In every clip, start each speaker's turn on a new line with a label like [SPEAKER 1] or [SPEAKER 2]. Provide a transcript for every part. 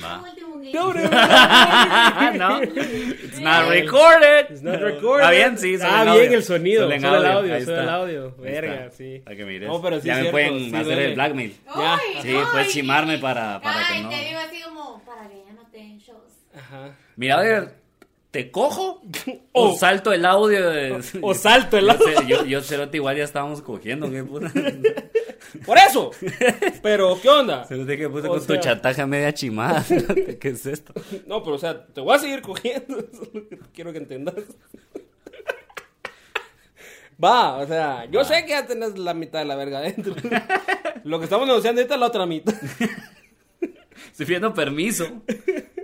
[SPEAKER 1] No.
[SPEAKER 2] último que
[SPEAKER 3] No, no, no,
[SPEAKER 1] Ah, no. It's not recorded.
[SPEAKER 3] It's not recorded.
[SPEAKER 1] Ah, bien, sí. solo
[SPEAKER 3] Ah,
[SPEAKER 1] en
[SPEAKER 3] bien
[SPEAKER 1] audio.
[SPEAKER 3] el sonido.
[SPEAKER 1] Solo
[SPEAKER 3] Solo
[SPEAKER 1] en
[SPEAKER 3] el audio,
[SPEAKER 1] ahí
[SPEAKER 3] solo el
[SPEAKER 1] está.
[SPEAKER 3] audio.
[SPEAKER 1] Ahí está.
[SPEAKER 3] Verga, sí.
[SPEAKER 1] Para que mires.
[SPEAKER 3] No, pero sí
[SPEAKER 1] ya
[SPEAKER 3] es
[SPEAKER 1] me
[SPEAKER 3] cierto,
[SPEAKER 1] pueden
[SPEAKER 3] sí
[SPEAKER 1] hacer
[SPEAKER 3] duele.
[SPEAKER 1] el blackmail.
[SPEAKER 2] Ay,
[SPEAKER 1] Sí,
[SPEAKER 2] ay.
[SPEAKER 1] puedes chimarme para, para
[SPEAKER 2] Ay,
[SPEAKER 1] que no.
[SPEAKER 2] te digo así como, para que ya no te den shows.
[SPEAKER 3] Ajá.
[SPEAKER 1] Mira, a ver, ¿te cojo?
[SPEAKER 3] O-
[SPEAKER 1] O salto el audio. de-
[SPEAKER 3] O salto el
[SPEAKER 1] Yo
[SPEAKER 3] audio.
[SPEAKER 1] sé- Yo, yo, Cerote, igual ya estábamos cogiendo. ¿Qué puta?
[SPEAKER 3] Por eso. Pero, ¿qué onda?
[SPEAKER 1] Cerote, ¿qué puta
[SPEAKER 3] O
[SPEAKER 1] con
[SPEAKER 3] sea-
[SPEAKER 1] tu chantaje media chimada? Cerote, ¿Qué es esto?
[SPEAKER 3] No, pero o sea, te voy a seguir cogiendo. Eso es lo que quiero que entendas. Va, o sea, yo sé que ya tenés la mitad de la verga adentro. Lo que estamos negociando ahorita es la otra mitad.
[SPEAKER 1] Estoy pidiendo permiso.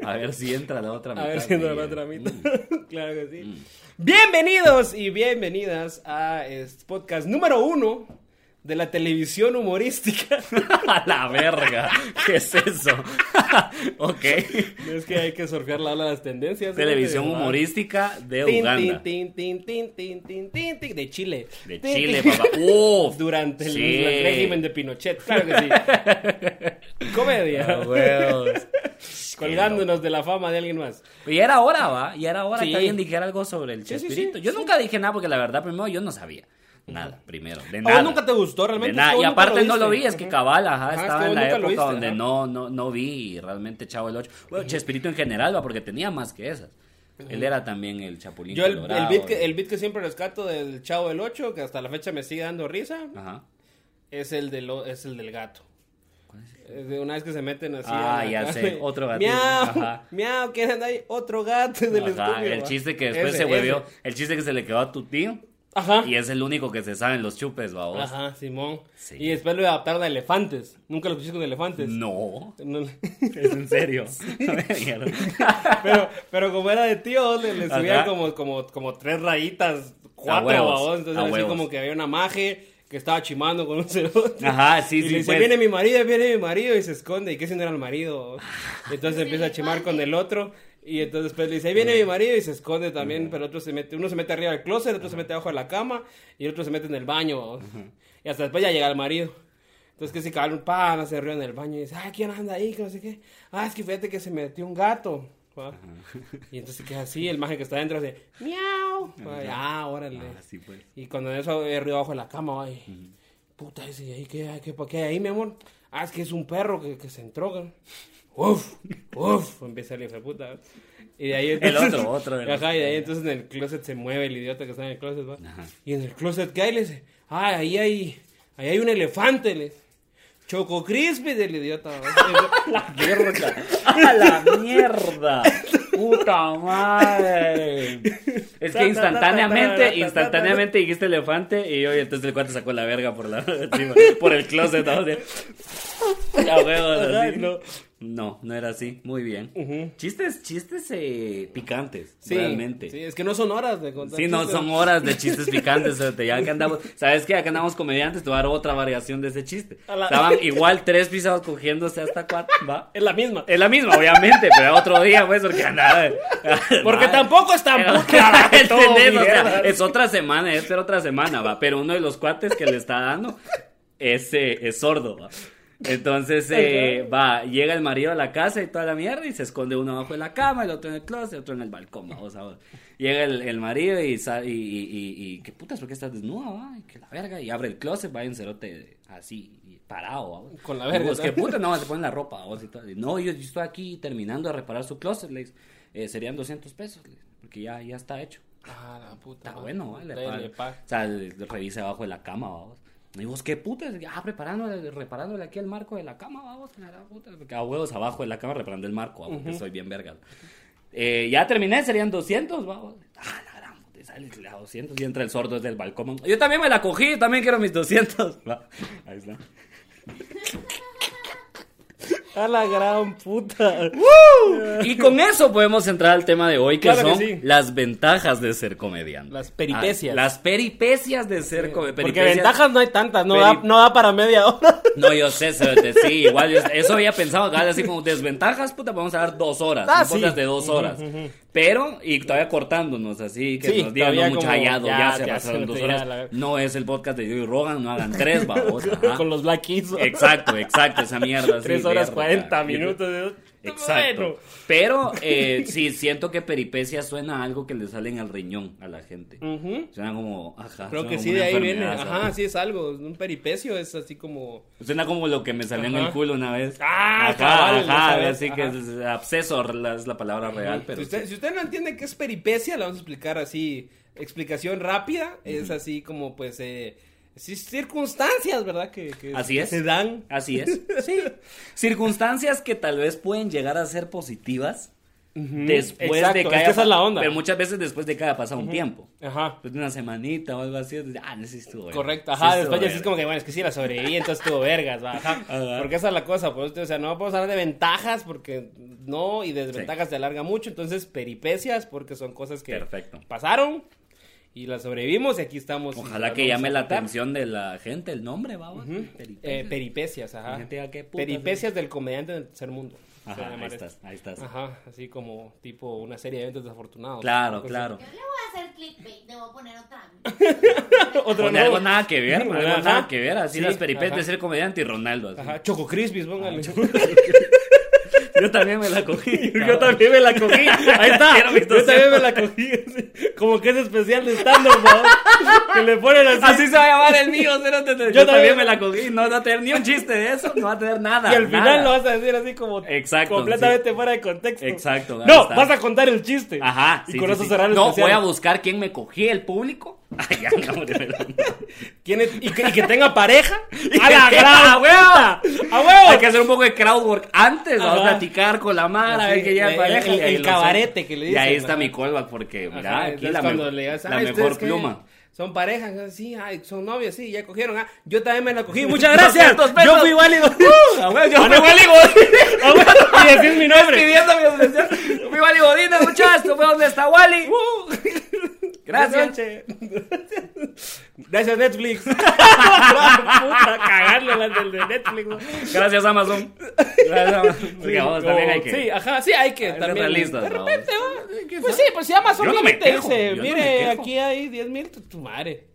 [SPEAKER 1] A ver si entra la otra mitad.
[SPEAKER 3] A ver si entra la
[SPEAKER 1] güey.
[SPEAKER 3] otra mitad.
[SPEAKER 1] Mm.
[SPEAKER 3] claro que sí. Bienvenidos y bienvenidas a este podcast número uno de la televisión humorística.
[SPEAKER 1] A la verga. ¿Qué es eso? ok.
[SPEAKER 3] es que hay que surfear la ola de las tendencias. ¿no?
[SPEAKER 1] Televisión
[SPEAKER 3] ¿Verdad?
[SPEAKER 1] humorística de
[SPEAKER 3] Tin,
[SPEAKER 1] Uganda.
[SPEAKER 3] tin, tin, tin, tin, tin, tin, tin, De Chile.
[SPEAKER 1] De
[SPEAKER 3] Tin,
[SPEAKER 1] Chile,
[SPEAKER 3] tin.
[SPEAKER 1] papá. Uf,
[SPEAKER 3] Durante el,
[SPEAKER 1] sí.
[SPEAKER 3] el régimen de Pinochet, claro que sí.
[SPEAKER 1] Ah,
[SPEAKER 3] Comedia.
[SPEAKER 1] huevos.
[SPEAKER 3] Colgándonos de la fama de alguien más.
[SPEAKER 1] Y era hora, va. Y era hora
[SPEAKER 3] Sí.
[SPEAKER 1] que alguien dijera algo sobre el
[SPEAKER 3] Sí, sí,
[SPEAKER 1] Chespirito.
[SPEAKER 3] sí,
[SPEAKER 1] yo
[SPEAKER 3] sí.
[SPEAKER 1] nunca dije nada porque la verdad, primero, yo no sabía. Nada, primero. De
[SPEAKER 3] ¿A
[SPEAKER 1] nada.
[SPEAKER 3] vos nunca te gustó
[SPEAKER 1] De
[SPEAKER 3] realmente?
[SPEAKER 1] nada.
[SPEAKER 3] Es que
[SPEAKER 1] Y
[SPEAKER 3] vos nunca
[SPEAKER 1] aparte no lo vi,
[SPEAKER 3] viste.
[SPEAKER 1] es que
[SPEAKER 3] Ajá.
[SPEAKER 1] cabala, ajá,
[SPEAKER 3] Ajá, es que
[SPEAKER 1] estaba
[SPEAKER 3] vos
[SPEAKER 1] en la
[SPEAKER 3] nunca
[SPEAKER 1] época
[SPEAKER 3] lo viste,
[SPEAKER 1] donde
[SPEAKER 3] ajá.
[SPEAKER 1] no, no, no vi realmente Chavo el 8. Bueno, Chespirito en general, va, porque tenía más que esas. Él era también el Chapulín
[SPEAKER 3] Yo el, el
[SPEAKER 1] Colorado,
[SPEAKER 3] beat que, el beat que siempre rescato del Chavo del 8, que hasta la fecha me sigue dando risa,
[SPEAKER 1] Ajá.
[SPEAKER 3] es el, del, o- es el del gato. Es de una vez que se meten así.
[SPEAKER 1] Ah,
[SPEAKER 3] a la
[SPEAKER 1] ya
[SPEAKER 3] casa
[SPEAKER 1] sé,
[SPEAKER 3] y-
[SPEAKER 1] otro gatito,
[SPEAKER 3] Miau,
[SPEAKER 1] ajá.
[SPEAKER 3] miau, ¿quién anda ahí? Otro gato del
[SPEAKER 1] Ajá,
[SPEAKER 3] estudio,
[SPEAKER 1] el
[SPEAKER 3] va.
[SPEAKER 1] chiste que después
[SPEAKER 3] Ese,
[SPEAKER 1] se huevió,
[SPEAKER 3] ese.
[SPEAKER 1] el chiste que se le quedó a tu tío
[SPEAKER 3] Ajá.
[SPEAKER 1] y es el único que se sabe en los chupes, babos.
[SPEAKER 3] Ajá, Simón.
[SPEAKER 1] Sí.
[SPEAKER 3] Y después lo adaptaron a elefantes. Nunca lo pusiste con elefantes.
[SPEAKER 1] No,
[SPEAKER 3] No.
[SPEAKER 1] es en serio. Mierda.
[SPEAKER 3] pero, pero como era de tío, le, le
[SPEAKER 1] Ajá.
[SPEAKER 3] subían como, como, como tres rayitas, cuatro
[SPEAKER 1] huevos,
[SPEAKER 3] babos. Entonces
[SPEAKER 1] a
[SPEAKER 3] era así
[SPEAKER 1] huevos.
[SPEAKER 3] como que había una maje que estaba chimando con un cerote.
[SPEAKER 1] Ajá, sí,
[SPEAKER 3] y
[SPEAKER 1] sí,
[SPEAKER 3] le dice,
[SPEAKER 1] pues.
[SPEAKER 3] viene mi marido, viene mi marido, y se esconde. ¿Y qué si no era el marido? Entonces empieza a chimar con el otro. Y entonces después le dice, ahí viene mi marido, y se esconde también. Pero otro se mete, uno se mete arriba del closet, el otro se mete abajo de la cama, y el otro se mete en el baño. babos. Y hasta después ya llega el marido. Entonces que se cae un pan, se ríe en el baño y dice, ah, ¿quién anda ahí? Que no sé qué. Ah, es que fíjate que se metió un gato. ¿va? Y entonces se queda así, el maje que está adentro hace, miau. ¿va? Y, Ah, órale.
[SPEAKER 1] Ah, sí, pues.
[SPEAKER 3] Y cuando en eso eh, arriba abajo de la cama, va, y, puta, ese, ¿y ahí qué, hay? qué, pa- qué hay ahí, mi amor? Ah, es que es un perro que, que se entró, güey. Uf, uf, empieza el hijo de puta. Y de ahí
[SPEAKER 1] otro, otro de los-
[SPEAKER 3] Ajá, y de ahí entonces en el closet se mueve el idiota que está en el closet, va. Y en el closet, ¿qué hay? Le dice, ah, ahí hay, ahí hay un elefante, le dice. Choco Crispy del idiota. va.
[SPEAKER 1] Mierda. A la mierda. Puta madre. Es que instantáneamente, instantáneamente dijiste elefante y yo y entonces el cuate sacó la verga por la encima, por el closet. ¿no? De- Ya, huevos, así.
[SPEAKER 3] no.
[SPEAKER 1] No, no era así. Muy bien. Chistes, chistes eh, picantes,
[SPEAKER 3] Sí,
[SPEAKER 1] realmente.
[SPEAKER 3] Sí, es que no son horas de contar.
[SPEAKER 1] Sí, no,
[SPEAKER 3] chistes.
[SPEAKER 1] son horas de chistes picantes. fíjate, Ya que andamos, ¿sabes qué? Ya que andamos comediantes, te voy a dar otra variación de ese chiste.
[SPEAKER 3] A la-
[SPEAKER 1] Estaban igual tres pisados cogiéndose hasta cuatro, ¿va?
[SPEAKER 3] Es la misma.
[SPEAKER 1] Es la misma, obviamente, pero otro día, pues, porque andaba.
[SPEAKER 3] Porque
[SPEAKER 1] Madre.
[SPEAKER 3] tampoco es tan
[SPEAKER 1] Pero-
[SPEAKER 3] puta.
[SPEAKER 1] ¿Entendés? O sea, es otra semana, es pero otra semana, va. Pero uno de los cuates que le está dando es, eh, es sordo, va. Entonces, eh, va, llega el marido a la casa y toda la mierda y se esconde uno abajo de la cama, el otro en el closet, el otro en el balcón, va, o sea, va. llega el, el marido y, sa- y, y, y- y, ¿qué putas? ¿Por qué estás desnuda, va? Y que la verga, y abre el closet, va y un cerote así, y parado, va.
[SPEAKER 3] Con la verga,
[SPEAKER 1] Y vos,
[SPEAKER 3] ¿no?
[SPEAKER 1] ¿qué puta? No, se ponen la ropa, va, y todo. Y, no, yo, yo estoy aquí terminando de reparar su closet, le dice, "Eh, serían 200 pesos, le dice, porque ya, ya está hecho.
[SPEAKER 3] Ah, la puta.
[SPEAKER 1] Está bueno,
[SPEAKER 3] madre.
[SPEAKER 1] vale.
[SPEAKER 3] Dale,
[SPEAKER 1] padre.
[SPEAKER 3] pa.
[SPEAKER 1] O sea, le- le revisa abajo de la cama, vamos. Y vos, ¿qué puta? Ah, preparándole, reparándole aquí el marco de la cama, vamos. a la puta. Porque a huevos abajo de la cama reparando el marco, vamos, que soy bien verga. Eh, ya terminé, serían 200, vamos. Ah, la gran puta, y sale a 200 y entra el sordo desde el balcón. Yo también me la cogí, yo también quiero mis 200. Va, Ahí está.
[SPEAKER 3] A la gran puta.
[SPEAKER 1] Y con eso podemos entrar al tema de hoy, que
[SPEAKER 3] Claro que
[SPEAKER 1] son
[SPEAKER 3] sí.
[SPEAKER 1] las ventajas de ser comediante.
[SPEAKER 3] Las peripecias.
[SPEAKER 1] Ah, las peripecias de ser comediante.
[SPEAKER 3] Porque ventajas no hay tantas, no,
[SPEAKER 1] Peri-
[SPEAKER 3] da, no da para media hora.
[SPEAKER 1] No, yo sé, Cerote, sí, igual yo- eso había pensado acá, así como desventajas, puta, vamos a dar dos horas,
[SPEAKER 3] Ah,
[SPEAKER 1] un podcast
[SPEAKER 3] sí.
[SPEAKER 1] de dos horas. Pero, y todavía cortándonos así, que
[SPEAKER 3] Sí,
[SPEAKER 1] nos digan,
[SPEAKER 3] todavía
[SPEAKER 1] no, mucho
[SPEAKER 3] como,
[SPEAKER 1] hallado, ya,
[SPEAKER 3] ya,
[SPEAKER 1] se
[SPEAKER 3] ya,
[SPEAKER 1] pasaron
[SPEAKER 3] se
[SPEAKER 1] dos
[SPEAKER 3] te- ya,
[SPEAKER 1] horas.
[SPEAKER 3] la-
[SPEAKER 1] No es el podcast de Joey Rogan, no hagan tres, babos. ajá.
[SPEAKER 3] Con los Black Keys.
[SPEAKER 1] Exacto, exacto, esa mierda. así,
[SPEAKER 3] 3 horas
[SPEAKER 1] verga.
[SPEAKER 3] 40 minutos. de-
[SPEAKER 1] Exacto.
[SPEAKER 3] Bueno.
[SPEAKER 1] Pero eh, sí, siento que peripecia suena a algo que le salen al riñón a la gente.
[SPEAKER 3] Ujú.
[SPEAKER 1] Suena como, ajá.
[SPEAKER 3] Creo
[SPEAKER 1] suena
[SPEAKER 3] que
[SPEAKER 1] como
[SPEAKER 3] sí,
[SPEAKER 1] una
[SPEAKER 3] de ahí viene.
[SPEAKER 1] enfermedad,
[SPEAKER 3] Ajá,
[SPEAKER 1] ¿sabes?
[SPEAKER 3] sí es algo. Un peripecio es así como.
[SPEAKER 1] Suena como lo que me salió en
[SPEAKER 3] Ajá.
[SPEAKER 1] el culo una vez.
[SPEAKER 3] Ah,
[SPEAKER 1] ajá,
[SPEAKER 3] cabal,
[SPEAKER 1] ajá,
[SPEAKER 3] esa vez,
[SPEAKER 1] así
[SPEAKER 3] ajá.
[SPEAKER 1] que es- absceso la- es la palabra real, pero
[SPEAKER 3] si, usted, si usted no entiende qué es peripecia, la vamos a explicar así. Explicación rápida. Es así como, pues. Eh, sí, circunstancias, ¿verdad? Que, que
[SPEAKER 1] Así es.
[SPEAKER 3] se dan.
[SPEAKER 1] Así es. Sí. Circunstancias que tal vez pueden llegar a ser positivas después
[SPEAKER 3] Mm, Exacto,
[SPEAKER 1] de
[SPEAKER 3] es
[SPEAKER 1] que haya
[SPEAKER 3] que esa es la onda.
[SPEAKER 1] Pero muchas veces después de que haya pasado un tiempo.
[SPEAKER 3] Ajá.
[SPEAKER 1] Después de una semanita o algo así, dices, ah, no sí estuvo verga, sí
[SPEAKER 3] Correcto, ajá,
[SPEAKER 1] estuvo
[SPEAKER 3] después ya sí es
[SPEAKER 1] verga".
[SPEAKER 3] como que, bueno, es que sí la sobreviví, entonces tuvo vergas, va, ajá.
[SPEAKER 1] Ajá.
[SPEAKER 3] Porque esa es la cosa, pues, o sea, no podemos hablar de ventajas porque no, y desventajas se alarga mucho, entonces peripecias porque son cosas que
[SPEAKER 1] Perfecto.
[SPEAKER 3] pasaron y las sobrevivimos y aquí estamos. y
[SPEAKER 1] Ojalá
[SPEAKER 3] las
[SPEAKER 1] que
[SPEAKER 3] vamos
[SPEAKER 1] llame
[SPEAKER 3] a
[SPEAKER 1] la
[SPEAKER 3] contar.
[SPEAKER 1] atención de la gente el nombre, va. va.
[SPEAKER 3] Eh,
[SPEAKER 1] Peripecias.
[SPEAKER 3] peripecias, ajá.
[SPEAKER 1] La gente diga, "¿Qué putas,
[SPEAKER 3] peripecias del comediante del tercer mundo. se va a
[SPEAKER 1] Ajá, ahí
[SPEAKER 3] llamar esto.
[SPEAKER 1] estás, ahí estás.
[SPEAKER 3] Ajá, así como tipo una serie de eventos desafortunados.
[SPEAKER 1] Claro,
[SPEAKER 3] Cosas
[SPEAKER 1] claro.
[SPEAKER 2] Yo le voy a hacer clickbait, le voy a poner otra.
[SPEAKER 3] así. Otro
[SPEAKER 1] Con
[SPEAKER 3] nuevo.
[SPEAKER 1] algo nada que ver, con algo
[SPEAKER 3] Ajá.
[SPEAKER 1] nada que ver. Así
[SPEAKER 3] Sí,
[SPEAKER 1] las peripecias
[SPEAKER 3] ajá.
[SPEAKER 1] de ser comediante y Ronaldo. así.
[SPEAKER 3] Ajá, Choco Crispis, póngale.
[SPEAKER 1] Ah, Yo también me la cogí.
[SPEAKER 3] Yo también me la cogí. Ahí
[SPEAKER 1] Quiero
[SPEAKER 3] está.
[SPEAKER 1] mis
[SPEAKER 3] Yo también me la cogí. así, Como que es especial de stand-up, ¿no? Que le ponen así.
[SPEAKER 1] Así se va a llamar el mío. cérate, Yo, también
[SPEAKER 3] Yo también-
[SPEAKER 1] me la cogí. No va a tener ni un chiste de eso. No va a tener nada.
[SPEAKER 3] y al final
[SPEAKER 1] nada.
[SPEAKER 3] lo vas a decir así como
[SPEAKER 1] Exacto,
[SPEAKER 3] completamente fuera de contexto.
[SPEAKER 1] Exacto, ahí
[SPEAKER 3] No,
[SPEAKER 1] está.
[SPEAKER 3] vas a contar el chiste.
[SPEAKER 1] Ajá.
[SPEAKER 3] Y
[SPEAKER 1] sí,
[SPEAKER 3] con
[SPEAKER 1] sí,
[SPEAKER 3] eso
[SPEAKER 1] sí.
[SPEAKER 3] cerrar el
[SPEAKER 1] No,
[SPEAKER 3] especial.
[SPEAKER 1] voy a buscar quién me cogí, el público. Ay, ya, no, de verdad.
[SPEAKER 3] ¿Quién es- y, que, y que tenga pareja. ¡A
[SPEAKER 1] que
[SPEAKER 3] la
[SPEAKER 1] tenga-
[SPEAKER 3] gran
[SPEAKER 1] ¡a
[SPEAKER 3] ¡A huevo!
[SPEAKER 1] Hay que hacer un poco de crowdwork antes. Vamos a
[SPEAKER 3] Ajá.
[SPEAKER 1] platicar con la mara. a ver
[SPEAKER 3] Así,
[SPEAKER 1] que ya
[SPEAKER 3] el-
[SPEAKER 1] pareja,
[SPEAKER 3] el-
[SPEAKER 1] y ahí
[SPEAKER 3] el
[SPEAKER 1] lo
[SPEAKER 3] cabarete
[SPEAKER 1] hacemos.
[SPEAKER 3] que le
[SPEAKER 1] Y ahí
[SPEAKER 3] dicen,
[SPEAKER 1] está
[SPEAKER 3] ajá.
[SPEAKER 1] mi callback porque, mira,
[SPEAKER 3] Ajá,
[SPEAKER 1] aquí
[SPEAKER 3] entonces
[SPEAKER 1] la,
[SPEAKER 3] cuando
[SPEAKER 1] mejor-
[SPEAKER 3] le digas,
[SPEAKER 1] la
[SPEAKER 3] "Ah, ustedes
[SPEAKER 1] mejor
[SPEAKER 3] qué,
[SPEAKER 1] pluma.
[SPEAKER 3] Son parejas, ah, sí, ay, son novios, sí, ya cogieron. ah, yo también me la cogí, muchas gracias.
[SPEAKER 1] 200 pesos.
[SPEAKER 3] Yo fui válido.
[SPEAKER 1] Ah, güey, yo
[SPEAKER 3] Ah,
[SPEAKER 1] me
[SPEAKER 3] no.
[SPEAKER 1] valí
[SPEAKER 3] Ah, bueno, y decís mi nombre.
[SPEAKER 1] pidiendo mi obsesión. Mi Wally Godínez, muchachos. ¿Tú ves ¿Dónde está Wally?
[SPEAKER 3] Uh,
[SPEAKER 1] Gracias.
[SPEAKER 3] Gracias, Netflix. Puta, cagarle las del de Netflix. ¿no?
[SPEAKER 1] Gracias, Amazon. Gracias, Amazon. Porque vamos,
[SPEAKER 3] Sí,
[SPEAKER 1] también
[SPEAKER 3] o-
[SPEAKER 1] hay que.
[SPEAKER 3] Sí, ajá, sí, hay que
[SPEAKER 1] que
[SPEAKER 3] también.
[SPEAKER 1] ser realistas,
[SPEAKER 3] de
[SPEAKER 1] ¿no?
[SPEAKER 3] repente, ¿no? pues sí, pues si Amazon
[SPEAKER 1] Yo no
[SPEAKER 3] viene
[SPEAKER 1] me
[SPEAKER 3] y te
[SPEAKER 1] quejo,
[SPEAKER 3] dice,
[SPEAKER 1] yo no me
[SPEAKER 3] mire,
[SPEAKER 1] quejo. Ah,
[SPEAKER 3] aquí hay 10 mil, tu, tu madre.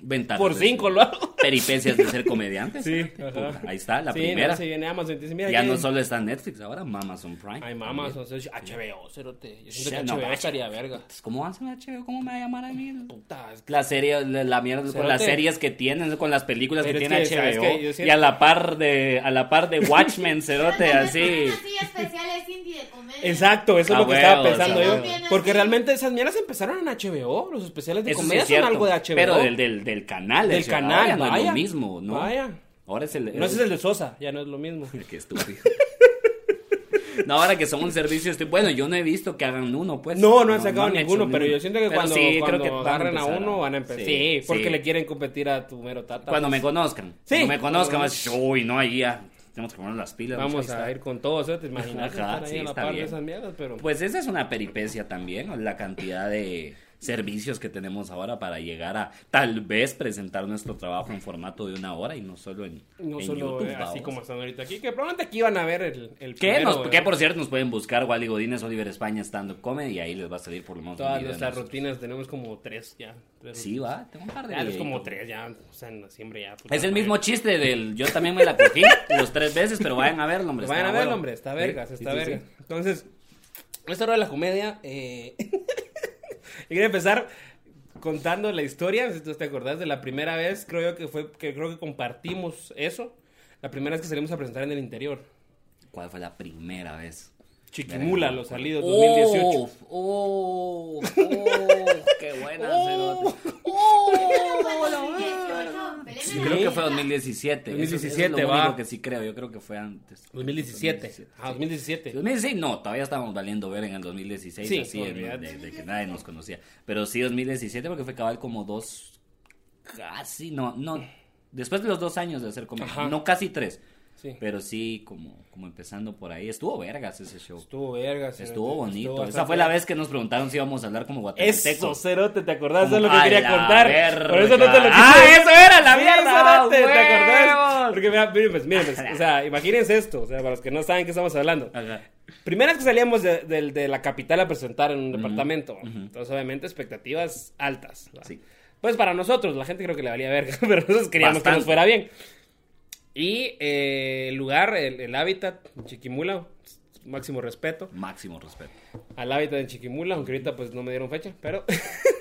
[SPEAKER 1] Ventajas.
[SPEAKER 3] Por
[SPEAKER 1] de-
[SPEAKER 3] 5 lo hago.
[SPEAKER 1] Peripecias de ser comediante.
[SPEAKER 3] Sí,
[SPEAKER 1] Puta,
[SPEAKER 3] ajá.
[SPEAKER 1] Ahí está, la
[SPEAKER 3] sí,
[SPEAKER 1] primera.
[SPEAKER 3] no, sí, viene Amazon y te dice, mira,
[SPEAKER 1] ya
[SPEAKER 3] aquí
[SPEAKER 1] no
[SPEAKER 3] hay-
[SPEAKER 1] solo está Netflix, ahora Amazon Prime.
[SPEAKER 3] Ay, mamas, o sea, HBO, cerote. Yo siento
[SPEAKER 1] Ya,
[SPEAKER 3] que
[SPEAKER 1] no,
[SPEAKER 3] HBO
[SPEAKER 1] macho.
[SPEAKER 3] estaría verga.
[SPEAKER 1] Entonces, Pues, ¿Cómo hacen HBO? ¿Cómo me va a llamar a mí?
[SPEAKER 3] Puta, es que-
[SPEAKER 1] La serie, la, la mierda con
[SPEAKER 3] Cerote.
[SPEAKER 1] las series que tienen, con las películas
[SPEAKER 3] Pero
[SPEAKER 1] que
[SPEAKER 3] es
[SPEAKER 1] tiene
[SPEAKER 3] que, ¿sabes qué?
[SPEAKER 1] HBO.
[SPEAKER 3] Yo
[SPEAKER 1] Y
[SPEAKER 3] siento-
[SPEAKER 1] a la par de, a la par de Watchmen, cerote, así.
[SPEAKER 2] Así especiales indie de comedia.
[SPEAKER 3] Exacto, eso
[SPEAKER 1] A
[SPEAKER 3] es lo que
[SPEAKER 1] huevo,
[SPEAKER 3] estaba pensando
[SPEAKER 1] sí, a
[SPEAKER 3] yo.
[SPEAKER 1] huevo.
[SPEAKER 3] Porque realmente esas mierdas empezaron en HBO. Los especiales de
[SPEAKER 1] Eso sí
[SPEAKER 3] comedia
[SPEAKER 1] es cierto,
[SPEAKER 3] son algo de HBO.
[SPEAKER 1] Pero del, del, del canal.
[SPEAKER 3] Del
[SPEAKER 1] o sea,
[SPEAKER 3] canal,
[SPEAKER 1] ahora no es lo
[SPEAKER 3] vaya.
[SPEAKER 1] mismo, ¿no?
[SPEAKER 3] Vaya.
[SPEAKER 1] Ahora es el...
[SPEAKER 3] No ese es el de Sosa, ya no es lo mismo.
[SPEAKER 1] Qué estúpido. No, ahora que son un servicio, estoy- bueno, yo no he visto que hagan uno, pues.
[SPEAKER 3] No, no han sacado
[SPEAKER 1] hecho
[SPEAKER 3] ninguno, pero yo siento que cuando,
[SPEAKER 1] sí,
[SPEAKER 3] cuando
[SPEAKER 1] creo que van a
[SPEAKER 3] agarren a,
[SPEAKER 1] empezar
[SPEAKER 3] uno van a empezar. Sí, porque
[SPEAKER 1] sí.
[SPEAKER 3] le quieren competir a tu mero tata.
[SPEAKER 1] Cuando me
[SPEAKER 3] pues,
[SPEAKER 1] conozcan.
[SPEAKER 3] Sí.
[SPEAKER 1] Cuando me conozcan,
[SPEAKER 3] Cuando-
[SPEAKER 1] vas a decir, uy, no, ahí ya. Tenemos que poner las pilas.
[SPEAKER 3] Vamos
[SPEAKER 1] muchachos, ahí
[SPEAKER 3] a
[SPEAKER 1] está".
[SPEAKER 3] ir con todo, ¿sabes? Te imaginas
[SPEAKER 1] Ajá,
[SPEAKER 3] estar ahí
[SPEAKER 1] sí,
[SPEAKER 3] a la
[SPEAKER 1] está
[SPEAKER 3] par
[SPEAKER 1] bien.
[SPEAKER 3] de esas mierdas, pero.
[SPEAKER 1] Pues esa es una peripecia también, ¿no? la cantidad de servicios que tenemos ahora para llegar a tal vez presentar nuestro trabajo en formato de una hora y no solo en,
[SPEAKER 3] no
[SPEAKER 1] en
[SPEAKER 3] solo
[SPEAKER 1] YouTube.
[SPEAKER 3] eh, así
[SPEAKER 1] vamos.
[SPEAKER 3] como están ahorita aquí, que probablemente aquí van a ver el. el
[SPEAKER 1] Que,
[SPEAKER 3] primero, ¿eh?
[SPEAKER 1] nos-
[SPEAKER 3] ¿verdad?
[SPEAKER 1] que, por cierto nos pueden buscar Wally Godínez, Oliver España, Stand-Up Comedy y ahí les va a salir por lo menos un
[SPEAKER 3] Todas
[SPEAKER 1] video de
[SPEAKER 3] nuestras
[SPEAKER 1] nosotros.
[SPEAKER 3] rutinas tenemos como tres ya. Tres
[SPEAKER 1] Sí, va, tengo un par de
[SPEAKER 3] Ya, es
[SPEAKER 1] videitos.
[SPEAKER 3] como tres, ya, o sea, en diciembre ya. puta
[SPEAKER 1] Es el
[SPEAKER 3] madre.
[SPEAKER 1] mismo chiste del yo también me la cogí los tres veces, pero vayan a verlo, hombre.
[SPEAKER 3] Vayan a
[SPEAKER 1] está
[SPEAKER 3] verlo,
[SPEAKER 1] bueno.
[SPEAKER 3] hombre, está
[SPEAKER 1] Sí,
[SPEAKER 3] vergas,
[SPEAKER 1] sí,
[SPEAKER 3] está
[SPEAKER 1] sí,
[SPEAKER 3] vergas.
[SPEAKER 1] sí.
[SPEAKER 3] Entonces, esta hora de la comedia, eh... yo quería empezar contando la historia, si tú te acordás de la primera vez, creo yo que fue, que creo que compartimos eso, la primera vez que salimos a presentar en el interior.
[SPEAKER 1] ¿Cuál fue la primera vez?
[SPEAKER 3] Chiquimula, los salidos, 2018.
[SPEAKER 1] Oh, oh, oh, qué buena
[SPEAKER 3] Oh.
[SPEAKER 1] cerote.
[SPEAKER 2] Fue
[SPEAKER 1] Oh, la
[SPEAKER 2] 2018,
[SPEAKER 1] verga.
[SPEAKER 2] Pelé
[SPEAKER 1] Sí,
[SPEAKER 2] me
[SPEAKER 1] creo
[SPEAKER 2] la
[SPEAKER 1] que
[SPEAKER 2] quita.
[SPEAKER 1] fue 2017. Eso- eso
[SPEAKER 3] 2017,
[SPEAKER 1] es lo
[SPEAKER 3] va.
[SPEAKER 1] único que sí creo, yo creo que fue antes.
[SPEAKER 3] 2017. Ah, 2017.
[SPEAKER 1] 2016 no, todavía estábamos valiendo ver en el 2016,
[SPEAKER 3] Sí,
[SPEAKER 1] así, en- de,
[SPEAKER 3] olvídate.
[SPEAKER 1] de que nadie nos conocía. Pero sí, 2017 porque fue cabal como dos, casi, no, no, después de los dos años de hacer comedia,
[SPEAKER 3] Ajá.
[SPEAKER 1] no casi tres,
[SPEAKER 3] Sí.
[SPEAKER 1] pero sí como, como empezando por ahí. Estuvo vergas ese show, estuvo,
[SPEAKER 3] Estuvo vergas.
[SPEAKER 1] bonito. Esa fue la vez que nos preguntaron si íbamos a hablar como
[SPEAKER 3] Eso,
[SPEAKER 1] guatemaltecos.
[SPEAKER 3] cerote, ¿te acordás? Eso es lo
[SPEAKER 1] A
[SPEAKER 3] que quería
[SPEAKER 1] la
[SPEAKER 3] contar.
[SPEAKER 1] verga.
[SPEAKER 3] Por eso no te lo quise
[SPEAKER 1] Ah, eso era la
[SPEAKER 3] Sí,
[SPEAKER 1] mierda,
[SPEAKER 3] cerote, ¿te
[SPEAKER 1] huevos.
[SPEAKER 3] acordás? Porque mira, miren, pues, miren, pues, o sea, imagínense esto, o sea, para los que no saben qué estamos hablando.
[SPEAKER 1] Ajá.
[SPEAKER 3] Primera vez que salíamos de, del- de la capital a presentar en un departamento.
[SPEAKER 1] ujú.
[SPEAKER 3] Entonces, obviamente, expectativas altas. ¿va?
[SPEAKER 1] Sí.
[SPEAKER 3] Pues para nosotros, la gente creo que le valía verga, pero nosotros queríamos que
[SPEAKER 1] Bastante.
[SPEAKER 3] nos fuera bien. Y eh, el lugar, el, el hábitat, Chiquimula, máximo respeto
[SPEAKER 1] Máximo respeto.
[SPEAKER 3] al hábitat en Chiquimula, aunque ahorita pues no me dieron fecha, pero...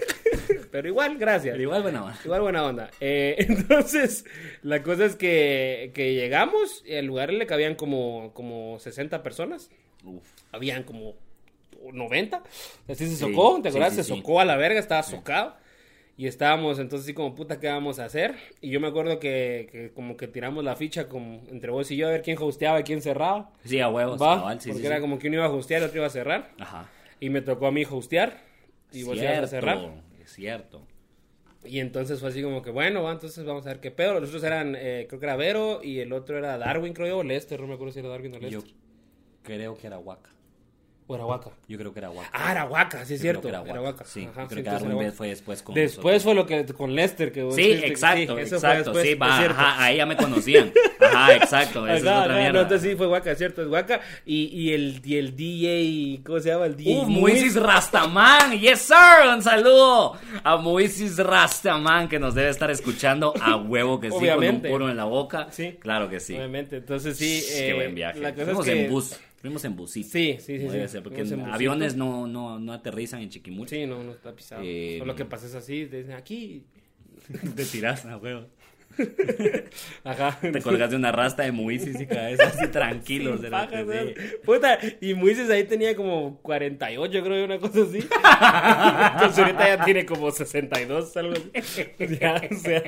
[SPEAKER 3] pero igual, gracias.
[SPEAKER 1] Pero igual, bueno, va.
[SPEAKER 3] Igual buena onda. Eh, entonces, la cosa es que, que llegamos, y al lugar le cabían como, como 60 personas,
[SPEAKER 1] Uf.
[SPEAKER 3] habían como 90, así se
[SPEAKER 1] Sí,
[SPEAKER 3] socó, ¿te
[SPEAKER 1] sí,
[SPEAKER 3] acuerdas?
[SPEAKER 1] sí,
[SPEAKER 3] se
[SPEAKER 1] sí.
[SPEAKER 3] socó a la verga, estaba socado. Y estábamos entonces así como, puta, ¿qué vamos a hacer? Y yo me acuerdo que, que como que tiramos la ficha como entre vos y yo a ver quién hosteaba y quién cerraba.
[SPEAKER 1] Sí, a huevos.
[SPEAKER 3] ¿va?
[SPEAKER 1] Pues, cabal, sí,
[SPEAKER 3] Porque
[SPEAKER 1] sí,
[SPEAKER 3] era
[SPEAKER 1] sí.
[SPEAKER 3] como que uno iba a hostear y otro iba a cerrar.
[SPEAKER 1] Ajá.
[SPEAKER 3] Y me tocó a mí hostear. Y vos ibas a cerrar.
[SPEAKER 1] Es cierto.
[SPEAKER 3] Y entonces fue así como que, bueno, va, entonces vamos a ver qué pedo. Los otros eran, eh, creo que era Vero y el otro era Darwin, creo yo, o Lester, no me acuerdo si era Darwin o
[SPEAKER 1] Yo
[SPEAKER 3] Lester.
[SPEAKER 1] creo que era Huaca.
[SPEAKER 3] O era Waka.
[SPEAKER 1] Yo creo que era Huaca.
[SPEAKER 3] Ah, era Waka, sí es
[SPEAKER 1] Yo creo
[SPEAKER 3] cierto.
[SPEAKER 1] que
[SPEAKER 3] Era
[SPEAKER 1] era
[SPEAKER 3] Waka.
[SPEAKER 1] Huaca. Sí,
[SPEAKER 3] Ajá,
[SPEAKER 1] yo creo
[SPEAKER 3] sí,
[SPEAKER 1] que
[SPEAKER 3] entonces era
[SPEAKER 1] Darwin Bell
[SPEAKER 3] Waka.
[SPEAKER 1] fue después con
[SPEAKER 3] Después fue lo que con Lester que vos
[SPEAKER 1] Sí,
[SPEAKER 3] dijiste,
[SPEAKER 1] exacto,
[SPEAKER 3] sí, eso fue
[SPEAKER 1] exacto,
[SPEAKER 3] después,
[SPEAKER 1] sí,
[SPEAKER 3] es
[SPEAKER 1] va,
[SPEAKER 3] cierto.
[SPEAKER 1] ajá, ahí ya me conocían. Ajá, exacto, esa
[SPEAKER 3] Ajá,
[SPEAKER 1] es otra
[SPEAKER 3] ajá,
[SPEAKER 1] mierda.
[SPEAKER 3] No, entonces sí fue Waka, es cierto, es Waka. Y, y, el, y el DJ, ¿cómo se llama? El DJ.
[SPEAKER 1] Uh, Moises Rastaman, yes sir, un saludo a Moises Rastaman que nos debe estar escuchando a huevo que sí,
[SPEAKER 3] Obviamente.
[SPEAKER 1] con un puro en la boca.
[SPEAKER 3] Sí.
[SPEAKER 1] Claro que sí.
[SPEAKER 3] Obviamente, entonces sí.
[SPEAKER 1] Qué
[SPEAKER 3] eh,
[SPEAKER 1] buen viaje.
[SPEAKER 3] La cosa es
[SPEAKER 1] Fuimos
[SPEAKER 3] que...
[SPEAKER 1] en bus, fuimos en busito.
[SPEAKER 3] Sí, sí, sí,
[SPEAKER 1] Como
[SPEAKER 3] sí,
[SPEAKER 1] debe ser, porque
[SPEAKER 3] fuimos en busito.
[SPEAKER 1] aviones no, no, no aterrizan en Chiquimucho.
[SPEAKER 3] Sí, no, no está pisado.
[SPEAKER 1] Eh,
[SPEAKER 3] Solo que pases así, desde aquí.
[SPEAKER 1] Te tiras a huevo.
[SPEAKER 3] Ajá.
[SPEAKER 1] Te colgas de una rasta de Moises y caes así tranquilo.
[SPEAKER 3] Sin
[SPEAKER 1] de
[SPEAKER 3] paja,
[SPEAKER 1] repente,
[SPEAKER 3] ¿sabes?
[SPEAKER 1] sí.
[SPEAKER 3] Puta, y Moises ahí tenía como 48, creo, una cosa así. Entonces ahorita ya tiene como 62, algo así. Ya, o sea,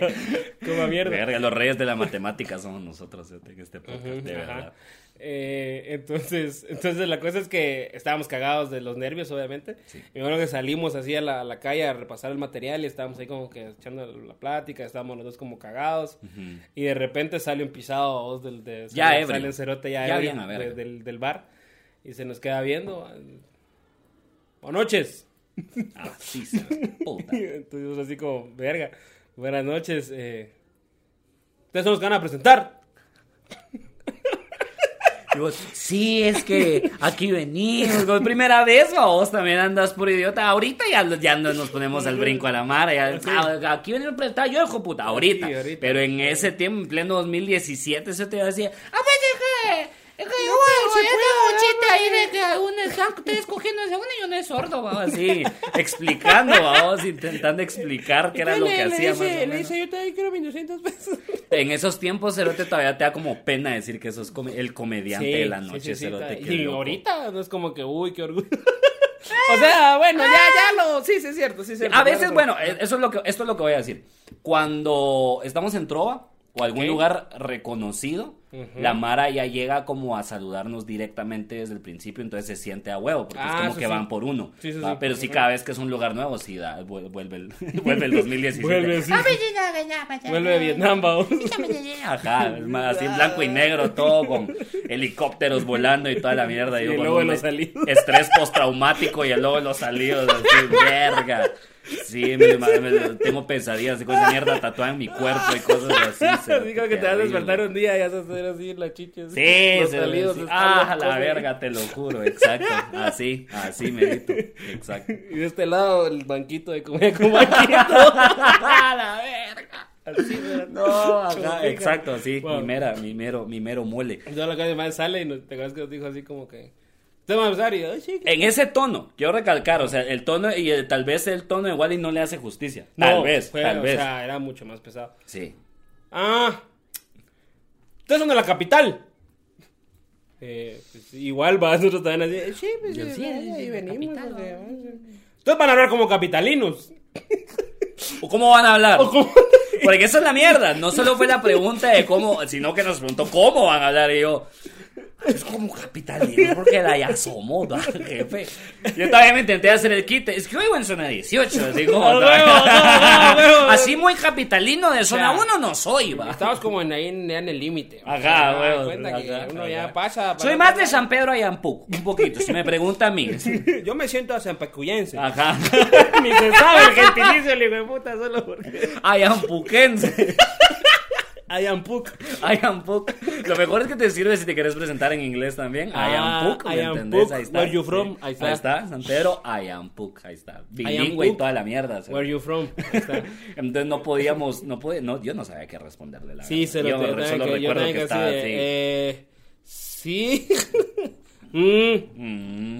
[SPEAKER 3] como mierda.
[SPEAKER 1] Verga, los reyes de la matemática somos nosotros fíjate, en este podcast,
[SPEAKER 3] Ujú,
[SPEAKER 1] de
[SPEAKER 3] ajá.
[SPEAKER 1] verdad.
[SPEAKER 3] Eh, entonces, entonces la cosa es que estábamos cagados de los nervios, obviamente. Y me acuerdo que salimos así a la, a la calle a repasar el material y estábamos ahí como que echando la plática, estábamos los dos como cagados. Y de repente sale un pisado vos, del, de,
[SPEAKER 1] Ya
[SPEAKER 3] sale,
[SPEAKER 1] ebrio.
[SPEAKER 3] sale un cerote ya,
[SPEAKER 1] Ya
[SPEAKER 3] ebrio
[SPEAKER 1] bien a
[SPEAKER 3] de-
[SPEAKER 1] verga.
[SPEAKER 3] del, del bar y se nos queda viendo. Buenas noches.
[SPEAKER 1] Así se ve, puta.
[SPEAKER 3] Y Entonces así como, verga, buenas noches. Eh. Ustedes son los que van a presentar.
[SPEAKER 1] Y vos, sí, es que aquí venimos. Por primera vez, va, vos también andas por idiota. Ahorita ya, ya no nos ponemos al brinco a la mar. ya, ah, aquí venimos a presentar yo, hijo puta, ahorita.
[SPEAKER 3] Sí, ahorita.
[SPEAKER 1] Pero en ese tiempo, en pleno 2017, eso te decía,
[SPEAKER 4] Ah, pues deja. Es que yo voy a muchita ahí de que uno está ustedes cogiendo ese uno y uno es sordo,
[SPEAKER 1] ah,
[SPEAKER 4] va.
[SPEAKER 1] así, explicando, va, vos intentando explicar qué era lo que hacía más o
[SPEAKER 3] dice, le
[SPEAKER 1] menos.
[SPEAKER 3] dice, yo te quiero mis 200 pesos.
[SPEAKER 1] En esos tiempos, Cerote todavía te da como pena decir que sos come- el comediante de la
[SPEAKER 3] Sí, sí,
[SPEAKER 1] noche,
[SPEAKER 3] sí, sí,
[SPEAKER 1] Cerote.
[SPEAKER 3] está-
[SPEAKER 1] qué
[SPEAKER 3] Y
[SPEAKER 1] loco.
[SPEAKER 3] ahorita no es como que, uy, qué orgullo. o sea, bueno, ya,
[SPEAKER 4] Ah.
[SPEAKER 3] ya lo. Sí, sí, es cierto, sí, es cierto.
[SPEAKER 1] A veces,
[SPEAKER 3] Pero-
[SPEAKER 1] bueno, eh, eso es lo que, esto es lo que voy a decir. Cuando estamos en Trova o algún
[SPEAKER 3] Ok.
[SPEAKER 1] lugar reconocido, la Mara ya llega como a saludarnos directamente desde el principio, entonces se siente a huevo, porque
[SPEAKER 3] Ah,
[SPEAKER 1] es como
[SPEAKER 3] eso
[SPEAKER 1] que
[SPEAKER 3] sí.
[SPEAKER 1] van por uno.
[SPEAKER 3] Sí, sí,
[SPEAKER 1] ¿va?
[SPEAKER 3] sí.
[SPEAKER 1] Pero sí,
[SPEAKER 3] Ujú.
[SPEAKER 1] cada vez que es un lugar nuevo, sí, da- vu- vuelve, el, vuelve el 2017.
[SPEAKER 3] Vuelve, sí.
[SPEAKER 4] Ah, pues llega, ya, vaya.
[SPEAKER 3] Vuelve de Vietnam, vamos.
[SPEAKER 1] Ajá, es más, así en blanco y negro, todo con helicópteros volando y toda la mierda.
[SPEAKER 3] Sí,
[SPEAKER 1] yo
[SPEAKER 3] el
[SPEAKER 1] con
[SPEAKER 3] lobo de
[SPEAKER 1] un
[SPEAKER 3] los salidos.
[SPEAKER 1] Estrés postraumático y el lobo de los salidos, así, verga. Sí, me, me- me- tengo pesadillas y con esa mierda tatuada en mi cuerpo y cosas así. se-
[SPEAKER 3] Así como que te vas a
[SPEAKER 1] terrible.
[SPEAKER 3] despertar un día y vas a hacer así la chicha.
[SPEAKER 1] Sí,
[SPEAKER 3] los
[SPEAKER 1] se
[SPEAKER 3] salidos,
[SPEAKER 1] sí.
[SPEAKER 3] están
[SPEAKER 1] Ah,
[SPEAKER 3] locos,
[SPEAKER 1] la
[SPEAKER 3] ¿eh?
[SPEAKER 1] verga, te lo juro, exacto. Así, así, merito. Exacto.
[SPEAKER 3] Y de este lado, el banquito de comida con banquito.
[SPEAKER 1] A la verga.
[SPEAKER 3] así, ¿verdad?
[SPEAKER 1] No,
[SPEAKER 3] Como
[SPEAKER 1] ajá,
[SPEAKER 3] fija.
[SPEAKER 1] exacto, sí.
[SPEAKER 3] Wow.
[SPEAKER 1] Mi, mera, mi mero, mi mero mole.
[SPEAKER 3] Entonces la calle más sale y nos, te acuerdas que nos dijo así como que. Te vamos a usar y. Ay, sí, que-
[SPEAKER 1] En ese tono, quiero recalcar, o sea, el tono y el- tal vez el tono de Wally no le hace justicia. Tal
[SPEAKER 3] No,
[SPEAKER 1] vez,
[SPEAKER 3] fue-
[SPEAKER 1] tal
[SPEAKER 3] o
[SPEAKER 1] vez.
[SPEAKER 3] sea, era mucho más pesado.
[SPEAKER 1] Sí.
[SPEAKER 3] Ah, ustedes son de la capital. Eh, pues, igual va, nosotros también así. eh, Sí, pues
[SPEAKER 1] Yo
[SPEAKER 3] eh,
[SPEAKER 1] sí,
[SPEAKER 3] ahí
[SPEAKER 1] es de
[SPEAKER 3] venimos.
[SPEAKER 4] capital,
[SPEAKER 3] o
[SPEAKER 4] ¿no?
[SPEAKER 3] sea, Ustedes van a hablar como capitalinos.
[SPEAKER 1] ¿O cómo van a hablar?
[SPEAKER 3] O como-
[SPEAKER 1] Porque esa es la mierda. No solo fue la pregunta de cómo, sino que nos preguntó cómo van a hablar. Y yo, es como capitalino, porque la ya somos, ¿va, jefe. Yo también me intenté hacer el quite. Es que hoy en zona 18, así como.
[SPEAKER 3] A Ah, huevo, a huevo, a huevo.
[SPEAKER 1] Así muy capitalino de zona
[SPEAKER 3] O
[SPEAKER 1] 1
[SPEAKER 3] sea,
[SPEAKER 1] no soy, va.
[SPEAKER 3] Estamos como en ahí en, en el límite.
[SPEAKER 1] Ah. Ajá,
[SPEAKER 3] O sea,
[SPEAKER 1] huevos,
[SPEAKER 3] da cuenta que
[SPEAKER 1] ajá,
[SPEAKER 3] uno
[SPEAKER 1] ajá.
[SPEAKER 3] ya pasa. para
[SPEAKER 1] Soy más
[SPEAKER 3] otro
[SPEAKER 1] de San Pedro Ayampuc, un poquito, si me pregunta a mí.
[SPEAKER 3] lado. Yo me siento a sanpecuyense.
[SPEAKER 1] Ajá.
[SPEAKER 3] Ah. Ni se sabe el gentilicio, le hijo de puta, solo porque.
[SPEAKER 1] Ayampuquense.
[SPEAKER 3] I am Puck.
[SPEAKER 1] I am Puck. Lo mejor es que te sirve si te querés presentar en inglés también. I
[SPEAKER 3] Ah,
[SPEAKER 1] am Puck. ¿me
[SPEAKER 3] I am
[SPEAKER 1] entendés?
[SPEAKER 3] Puck.
[SPEAKER 1] Ahí está.
[SPEAKER 3] Where you from? Ahí está.
[SPEAKER 1] Ahí está, San Pedro. I am Puck. Ahí está. Bilingüe y
[SPEAKER 3] Puck.
[SPEAKER 1] toda la mierda. se-
[SPEAKER 3] Where you from? Ahí está.
[SPEAKER 1] Entonces no podíamos, no podía, no, yo no sabía qué responderle la
[SPEAKER 3] Sí,
[SPEAKER 1] verdad.
[SPEAKER 3] se lo
[SPEAKER 1] Ah, yo
[SPEAKER 3] tengo
[SPEAKER 1] solo
[SPEAKER 3] que, yo
[SPEAKER 1] recuerdo
[SPEAKER 3] tengo
[SPEAKER 1] que,
[SPEAKER 3] que
[SPEAKER 1] estaba
[SPEAKER 3] así de,
[SPEAKER 1] así.
[SPEAKER 3] eh, sí. Mm,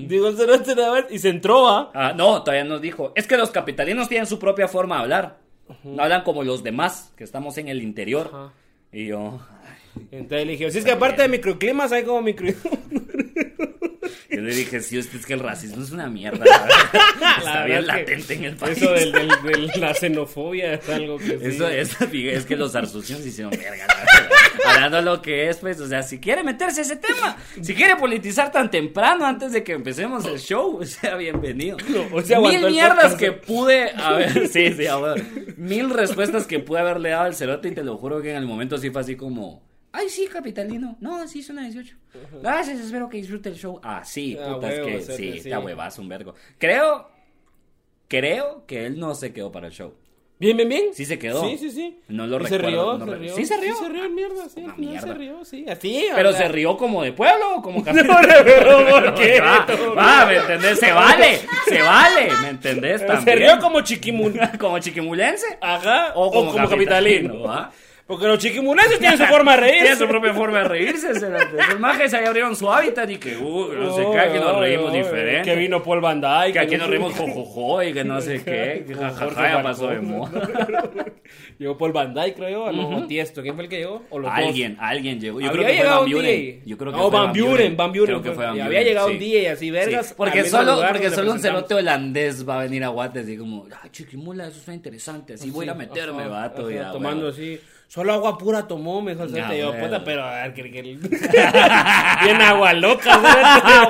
[SPEAKER 1] Mm.
[SPEAKER 3] Digo, se lo tengo, a ver, y se entró, ¿va?
[SPEAKER 1] Ah, no, todavía nos dijo. Es que los capitalinos tienen su propia forma de hablar. No hablan como los demás, que estamos en el interior.
[SPEAKER 3] Ajá.
[SPEAKER 1] Y yo,
[SPEAKER 3] Entonces le dije, si es que aparte de microclimas hay como micro...
[SPEAKER 1] yo le dije, sí, usted es que el racismo es una mierda. la verdad. Está
[SPEAKER 3] La
[SPEAKER 1] bien
[SPEAKER 3] verdad es que
[SPEAKER 1] latente en el país.
[SPEAKER 3] Eso del- del- de la xenofobia es algo que sí.
[SPEAKER 1] Eso es, fíjate, es que los arsucios hicieron verga. la verdad. Hablando lo que es, pues, o sea, si quiere meterse a ese tema, si quiere politizar tan temprano antes de que empecemos el show, o sea, bienvenido.
[SPEAKER 3] No, o sea, aguantó
[SPEAKER 1] mil
[SPEAKER 3] el
[SPEAKER 1] mierdas
[SPEAKER 3] podcast.
[SPEAKER 1] que pude haber, sí, sí, abuelo. mil respuestas que pude haberle dado al cerote y te lo juro que en el momento sí fue así como... Ay, sí, capitalino. No, sí, suena 18. Gracias, espero que disfrute el show. Ah, sí,
[SPEAKER 3] Ah,
[SPEAKER 1] puta, es
[SPEAKER 3] huevo,
[SPEAKER 1] que
[SPEAKER 3] cerote,
[SPEAKER 1] sí,
[SPEAKER 3] sí.
[SPEAKER 1] te huevas un vergo. Creo, creo que él no se quedó para el show.
[SPEAKER 3] Bien, bien, bien.
[SPEAKER 1] Sí se quedó.
[SPEAKER 3] Sí, sí, sí.
[SPEAKER 1] No lo
[SPEAKER 3] Y
[SPEAKER 1] recuerdo,
[SPEAKER 3] Se rió,
[SPEAKER 1] no
[SPEAKER 3] se
[SPEAKER 1] re-
[SPEAKER 3] rió.
[SPEAKER 1] Sí se rió.
[SPEAKER 3] Sí, se rió, mierda, sí.
[SPEAKER 1] Una
[SPEAKER 3] al final
[SPEAKER 1] mierda.
[SPEAKER 3] se rió, sí. Así, o
[SPEAKER 1] Pero
[SPEAKER 3] sea,
[SPEAKER 1] se rió como de pueblo o como capital.
[SPEAKER 3] No, no, no, ¿por qué?
[SPEAKER 1] Va, va, ¿me entendés? Se vale, se vale, ¿me entendés?
[SPEAKER 3] Pero Se
[SPEAKER 1] También.
[SPEAKER 3] rió como chiquimun.
[SPEAKER 1] como chiquimulense.
[SPEAKER 3] Ajá, o como, capitalino.
[SPEAKER 1] ¿va?
[SPEAKER 3] Porque los chiquimulenses tienen su forma de reír.
[SPEAKER 1] Tiene su propia forma de reírse. se la- Los majes ahí abrieron su hábitat y que, uh, no sé qué, aquí nos
[SPEAKER 3] Ay,
[SPEAKER 1] reímos
[SPEAKER 3] ay,
[SPEAKER 1] diferente.
[SPEAKER 3] Que vino Paul Van Dyke.
[SPEAKER 1] Que aquí nos reímos jojojo y que no sé qué. que Jajaja,
[SPEAKER 3] Jorge
[SPEAKER 1] ya pasó de
[SPEAKER 3] Falcón.
[SPEAKER 1] moda.
[SPEAKER 3] Llegó Paul Van Dyke, creo yo. o No, Tiesto. ¿Quién fue el que llegó? O los
[SPEAKER 1] Alguien, alguien llegó. Yo
[SPEAKER 3] Yo
[SPEAKER 1] creo que fue Van Buren.
[SPEAKER 3] DJ.
[SPEAKER 1] Yo creo que
[SPEAKER 3] no,
[SPEAKER 1] fue
[SPEAKER 3] Van Buren, Van Buren.
[SPEAKER 1] Creo que fue Van
[SPEAKER 3] Y
[SPEAKER 1] Buren.
[SPEAKER 3] Había llegado un
[SPEAKER 1] sí.
[SPEAKER 3] día y así, vergas.
[SPEAKER 1] Sí,
[SPEAKER 3] al
[SPEAKER 1] Porque
[SPEAKER 3] mismo
[SPEAKER 1] solo,
[SPEAKER 3] lugar
[SPEAKER 1] porque
[SPEAKER 3] donde
[SPEAKER 1] solo un
[SPEAKER 3] presentamos.
[SPEAKER 1] cerote holandés va a venir a Guates y como, ah, chiquimula, eso está interesante, así voy a ir a meterme,
[SPEAKER 3] Pues Ajá,
[SPEAKER 1] vato.
[SPEAKER 3] ajá,
[SPEAKER 1] ya,
[SPEAKER 3] Tomando
[SPEAKER 1] huevo.
[SPEAKER 3] así. Solo agua pura tomó, me dijo el cerote.
[SPEAKER 1] Ya,
[SPEAKER 3] Yo,
[SPEAKER 1] huevo.
[SPEAKER 3] puta, pero a ver, que. que- Bien agua loca,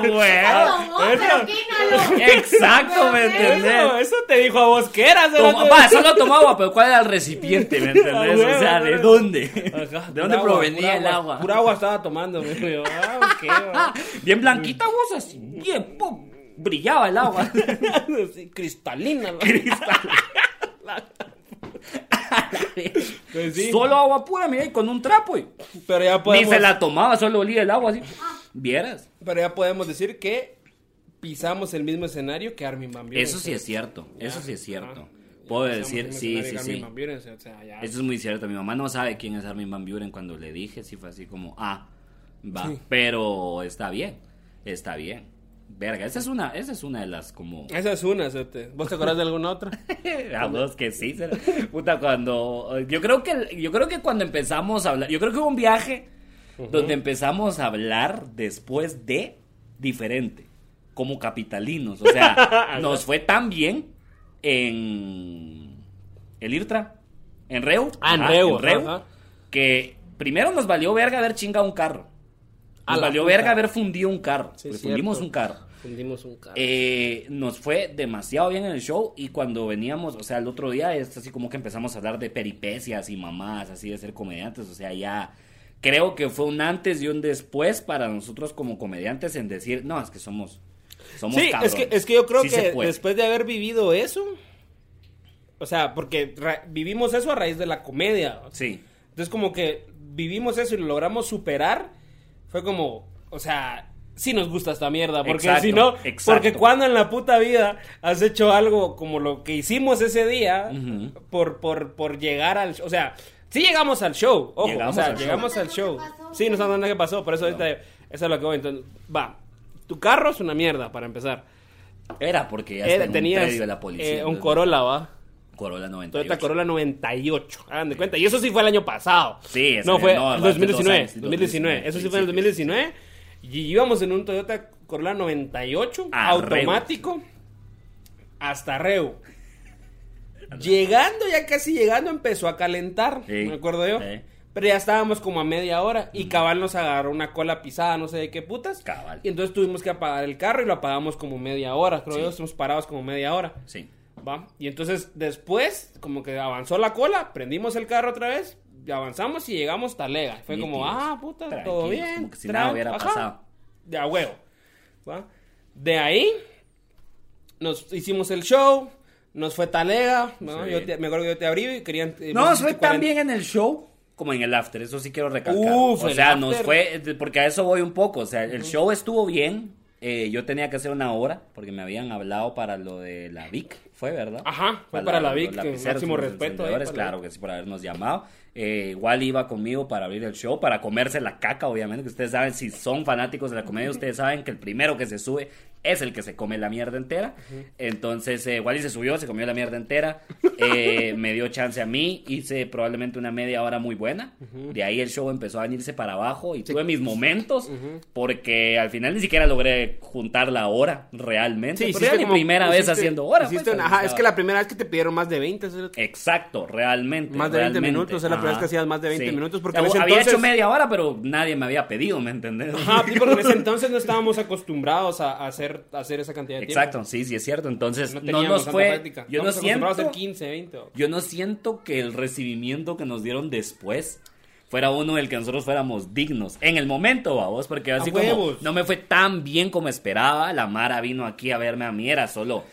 [SPEAKER 3] cerote.
[SPEAKER 1] Ah,
[SPEAKER 2] No, pero qué inhaló.
[SPEAKER 1] güey. Exacto, ¿me
[SPEAKER 3] Eso,
[SPEAKER 1] entendés?
[SPEAKER 3] eso te dijo a vos que eras,
[SPEAKER 1] Toma-
[SPEAKER 3] cerote.
[SPEAKER 1] Va, solo tomó agua, pero ¿cuál era el recipiente, me entendés?
[SPEAKER 3] Ah,
[SPEAKER 1] O sea,
[SPEAKER 3] huevo,
[SPEAKER 1] ¿de
[SPEAKER 3] huevo.
[SPEAKER 1] dónde?
[SPEAKER 3] Ajá,
[SPEAKER 1] ¿De dónde
[SPEAKER 3] pura
[SPEAKER 1] provenía
[SPEAKER 3] pura
[SPEAKER 1] el agua?
[SPEAKER 3] Pura agua estaba tomando, me dijo yo. Ah, ok, va.
[SPEAKER 1] Bien blanquita vos, así, bien, pum, brillaba el agua.
[SPEAKER 3] Sí, cristalina. ¿no? Pues sí,
[SPEAKER 1] Solo agua pura, mira, y con un trapo. Y...
[SPEAKER 3] pero, ya
[SPEAKER 1] Ni
[SPEAKER 3] podemos, Ah.
[SPEAKER 1] se la tomaba, solo olía el agua así. Vieras.
[SPEAKER 3] pero ya podemos decir que pisamos el mismo escenario que Armin Van Buren.
[SPEAKER 1] Eso sí es cierto, eso
[SPEAKER 3] Ya,
[SPEAKER 1] sí es cierto.
[SPEAKER 3] ajá. Ya
[SPEAKER 1] Puedo
[SPEAKER 3] pisamos el
[SPEAKER 1] decir,
[SPEAKER 3] mismo
[SPEAKER 1] sí,
[SPEAKER 3] escenario
[SPEAKER 1] sí,
[SPEAKER 3] que Armin
[SPEAKER 1] sí.
[SPEAKER 3] Van Buren, o sea, ya.
[SPEAKER 1] Eso es muy cierto. Mi mamá no sabe quién es Armin Van Buren cuando le dije, sí fue así como, ah, va. Pero está bien, está bien. Verga, esa es una, esa es una de las como...
[SPEAKER 3] Esa es una, Cerote. ¿Vos te acordás de alguna otra?
[SPEAKER 1] A vos que sí, será. puta, cuando... Yo creo, que, el- yo creo que cuando empezamos a hablar, yo creo que hubo un viaje donde empezamos a hablar después de diferente, como capitalinos. O sea, nos fue tan bien en el IRTRA, en Reu.
[SPEAKER 3] Ah, en
[SPEAKER 1] Ajá,
[SPEAKER 3] Reu, ajá.
[SPEAKER 1] Que primero nos valió verga haber chingado un carro.
[SPEAKER 3] A
[SPEAKER 1] Nos
[SPEAKER 3] la
[SPEAKER 1] valió
[SPEAKER 3] puta.
[SPEAKER 1] verga haber fundido un carro.
[SPEAKER 3] Sí,
[SPEAKER 1] porque
[SPEAKER 3] cierto.
[SPEAKER 1] fundimos un carro.
[SPEAKER 3] Fundimos un carro.
[SPEAKER 1] Eh, nos fue demasiado bien en el show y cuando veníamos, o sea, el otro día es así como que empezamos a hablar de peripecias y mamás, así de ser comediantes, o sea, ya creo que fue un antes y un después para nosotros como comediantes en decir, no, es que somos... Somos
[SPEAKER 3] Sí,
[SPEAKER 1] cabrones".
[SPEAKER 3] es que, es que yo creo
[SPEAKER 1] Sí se
[SPEAKER 3] que
[SPEAKER 1] puede.
[SPEAKER 3] después de haber vivido eso, o sea, porque ra- vivimos eso a raíz de la comedia.
[SPEAKER 1] Sí.
[SPEAKER 3] Entonces como que vivimos eso y lo logramos superar, fue como, o sea, sí nos gusta esta mierda, porque
[SPEAKER 1] Exacto,
[SPEAKER 3] si no,
[SPEAKER 1] exacto.
[SPEAKER 3] porque cuando en la puta vida has hecho algo como lo que hicimos ese día
[SPEAKER 1] Ujú.
[SPEAKER 3] por, por, por llegar al, o sea, sí llegamos al show, ojo,
[SPEAKER 1] Llegamos
[SPEAKER 3] o sea,
[SPEAKER 1] al show.
[SPEAKER 3] llegamos al show.
[SPEAKER 2] ¿Qué pasó?
[SPEAKER 3] Sí, no sabemos nada que pasó, por eso ahorita, eso es lo que voy, entonces, va, tu carro es una mierda para empezar.
[SPEAKER 1] Era porque ya
[SPEAKER 3] Era-
[SPEAKER 1] está en un
[SPEAKER 3] tenías
[SPEAKER 1] predio de la policía.
[SPEAKER 3] eh, un
[SPEAKER 1] entonces,
[SPEAKER 3] Corolla, va.
[SPEAKER 1] Corolla 98.
[SPEAKER 3] Toyota Corolla 98. Hagan de cuenta. Y eso sí fue el año pasado.
[SPEAKER 1] Sí, es
[SPEAKER 3] No,
[SPEAKER 1] que
[SPEAKER 3] fue
[SPEAKER 1] no,
[SPEAKER 3] el
[SPEAKER 1] hace dos
[SPEAKER 3] 2019.
[SPEAKER 1] años, sí,
[SPEAKER 3] 2019. Eso sí fue en el 2019. Y íbamos en un Toyota Corolla 98
[SPEAKER 1] A
[SPEAKER 3] automático hasta Reu. Llegando, ya casi llegando, empezó a calentar.
[SPEAKER 1] Sí,
[SPEAKER 3] Me acuerdo yo.
[SPEAKER 1] sí. Mm.
[SPEAKER 3] Pero ya estábamos como a media hora y Cabal nos agarró una cola pisada, no sé de qué putas.
[SPEAKER 1] Cabal.
[SPEAKER 3] Y entonces tuvimos que apagar el carro y lo apagamos como media hora. Creo
[SPEAKER 1] Sí.
[SPEAKER 3] yo, estamos parados como media hora.
[SPEAKER 1] Sí.
[SPEAKER 3] Va. Y entonces después, como que avanzó la cola, prendimos el carro otra vez, y avanzamos y llegamos hasta Lega. Fue como,
[SPEAKER 1] Nítidos.
[SPEAKER 3] ah, puta, todo
[SPEAKER 1] Tranquilos,
[SPEAKER 3] bien.
[SPEAKER 1] como que si nada
[SPEAKER 3] tran-
[SPEAKER 1] hubiera
[SPEAKER 3] ajá,
[SPEAKER 1] pasado.
[SPEAKER 3] De a huevo. ¿va? De ahí, nos hicimos el show, nos fue Talega. ¿no?
[SPEAKER 1] Sí.
[SPEAKER 3] Yo te- me acuerdo que yo te abrí y querían... eh,
[SPEAKER 1] No,
[SPEAKER 3] vos
[SPEAKER 1] nos fue
[SPEAKER 3] hiciste cuarenta-
[SPEAKER 1] tan bien en el show como en el after, eso sí quiero recalcar.
[SPEAKER 3] Uf,
[SPEAKER 1] o
[SPEAKER 3] el
[SPEAKER 1] sea, nos
[SPEAKER 3] after.
[SPEAKER 1] fue, eh, porque a eso voy un poco, o sea, el show estuvo bien, eh, yo tenía que hacer una hora, porque me habían hablado para lo de la VIC, fue, ¿verdad?
[SPEAKER 3] Ajá, fue para la VIC,
[SPEAKER 1] los
[SPEAKER 3] que
[SPEAKER 1] lapiceros,
[SPEAKER 3] máximo
[SPEAKER 1] los
[SPEAKER 3] respeto ahí
[SPEAKER 1] encendedores,
[SPEAKER 3] para la
[SPEAKER 1] claro que sí, por habernos llamado. Eh, igual iba conmigo para abrir el show, para comerse la caca, obviamente, que ustedes saben, si son fanáticos de la comedia, ustedes saben que el primero que se sube es el que se come la mierda entera. Entonces, eh, Wally se subió, se comió la mierda entera, eh, me dio chance a mí, hice probablemente una media hora muy buena. De ahí el show empezó a venirse para abajo y tuve mis momentos, porque al final ni siquiera logré juntar la hora realmente.
[SPEAKER 3] Sí,
[SPEAKER 1] porque era mi
[SPEAKER 3] como-
[SPEAKER 1] primera vez
[SPEAKER 3] hiciste-
[SPEAKER 1] haciendo hora.
[SPEAKER 3] hiciste
[SPEAKER 1] pues,
[SPEAKER 3] una- ajá, es
[SPEAKER 1] estaba-
[SPEAKER 3] que la primera vez que te pidieron más de 20. eso es-
[SPEAKER 1] Exacto, realmente.
[SPEAKER 3] Más de 20
[SPEAKER 1] realmente,
[SPEAKER 3] minutos, es la
[SPEAKER 1] ajá,
[SPEAKER 3] primera vez que hacías más de 20 minutos, porque
[SPEAKER 1] O sea,
[SPEAKER 3] en ese
[SPEAKER 1] había
[SPEAKER 3] entonces-
[SPEAKER 1] hecho media hora, pero nadie me había pedido, ¿me entendés?
[SPEAKER 3] Ajá, sí, porque en ese entonces no estábamos acostumbrados a a hacer, a hacer esa cantidad de tiempo.
[SPEAKER 1] Exacto, sí, sí es cierto. Entonces,
[SPEAKER 3] No
[SPEAKER 1] no,
[SPEAKER 3] teníamos
[SPEAKER 1] nos
[SPEAKER 3] tanta
[SPEAKER 1] fue.
[SPEAKER 3] práctica.
[SPEAKER 1] Yo no,
[SPEAKER 3] Estábamos acostumbrados a
[SPEAKER 1] siento,
[SPEAKER 3] hacer 15, 20. o-
[SPEAKER 1] yo no siento que el recibimiento que nos dieron después fuera uno del que nosotros fuéramos dignos. En el momento, vamos, porque así
[SPEAKER 3] ¡A
[SPEAKER 1] como
[SPEAKER 3] huevos!
[SPEAKER 1] no me fue tan bien como esperaba. La Mara vino aquí a verme a mí, era solo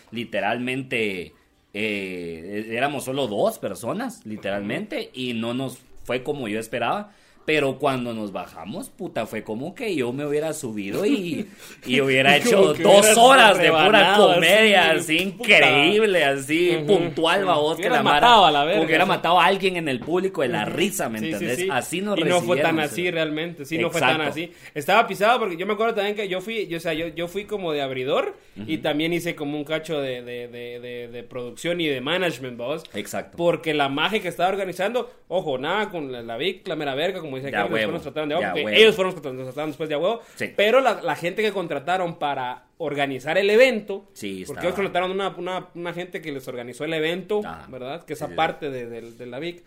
[SPEAKER 1] literalmente. eh, éramos solo dos personas, literalmente, y no nos fue como yo esperaba. Pero cuando nos bajamos, puta, fue como que yo me hubiera subido y, y hubiera
[SPEAKER 3] Como
[SPEAKER 1] hecho
[SPEAKER 3] que
[SPEAKER 1] dos
[SPEAKER 3] hubieras
[SPEAKER 1] horas de pura
[SPEAKER 3] rebanado,
[SPEAKER 1] comedia,
[SPEAKER 3] así,
[SPEAKER 1] así,
[SPEAKER 3] puta.
[SPEAKER 1] increíble, así,
[SPEAKER 3] Ujú.
[SPEAKER 1] puntual, babos, que
[SPEAKER 3] Hubieras
[SPEAKER 1] la Mara-
[SPEAKER 3] matado a la verga,
[SPEAKER 1] como que hubiera
[SPEAKER 3] sí.
[SPEAKER 1] matado a alguien en el público de la risa, ¿me
[SPEAKER 3] Sí, sí,
[SPEAKER 1] entendés?
[SPEAKER 3] sí.
[SPEAKER 1] Así nos
[SPEAKER 3] Y no fue tan
[SPEAKER 1] recibieron,
[SPEAKER 3] así
[SPEAKER 1] sí.
[SPEAKER 3] realmente, sí, no fue tan
[SPEAKER 1] Exacto.
[SPEAKER 3] así. Estaba pisado porque yo me acuerdo también que yo fui, yo, o sea, yo, yo fui como de abridor y también hice como un cacho de, de, de, de, de producción y de management, vos.
[SPEAKER 1] Exacto.
[SPEAKER 3] Porque la magia que estaba organizando, ojo, nada con la, la Vic, la mera verga, como dice
[SPEAKER 1] Ya
[SPEAKER 3] Carlos, después
[SPEAKER 1] huevo,
[SPEAKER 3] nos trataron de a huevo,
[SPEAKER 1] ya
[SPEAKER 3] porque
[SPEAKER 1] huevo.
[SPEAKER 3] ellos fueron los que nos trataron después de a huevo,
[SPEAKER 1] Sí.
[SPEAKER 3] pero la, la gente que contrataron para organizar el evento,
[SPEAKER 1] Sí,
[SPEAKER 3] porque
[SPEAKER 1] estaba.
[SPEAKER 3] ellos contrataron una, una, una gente que les organizó el evento,
[SPEAKER 1] Ajá.
[SPEAKER 3] ¿verdad? Que
[SPEAKER 1] Sí,
[SPEAKER 3] esa
[SPEAKER 1] sí, sí.
[SPEAKER 3] parte de, de- de la Vic.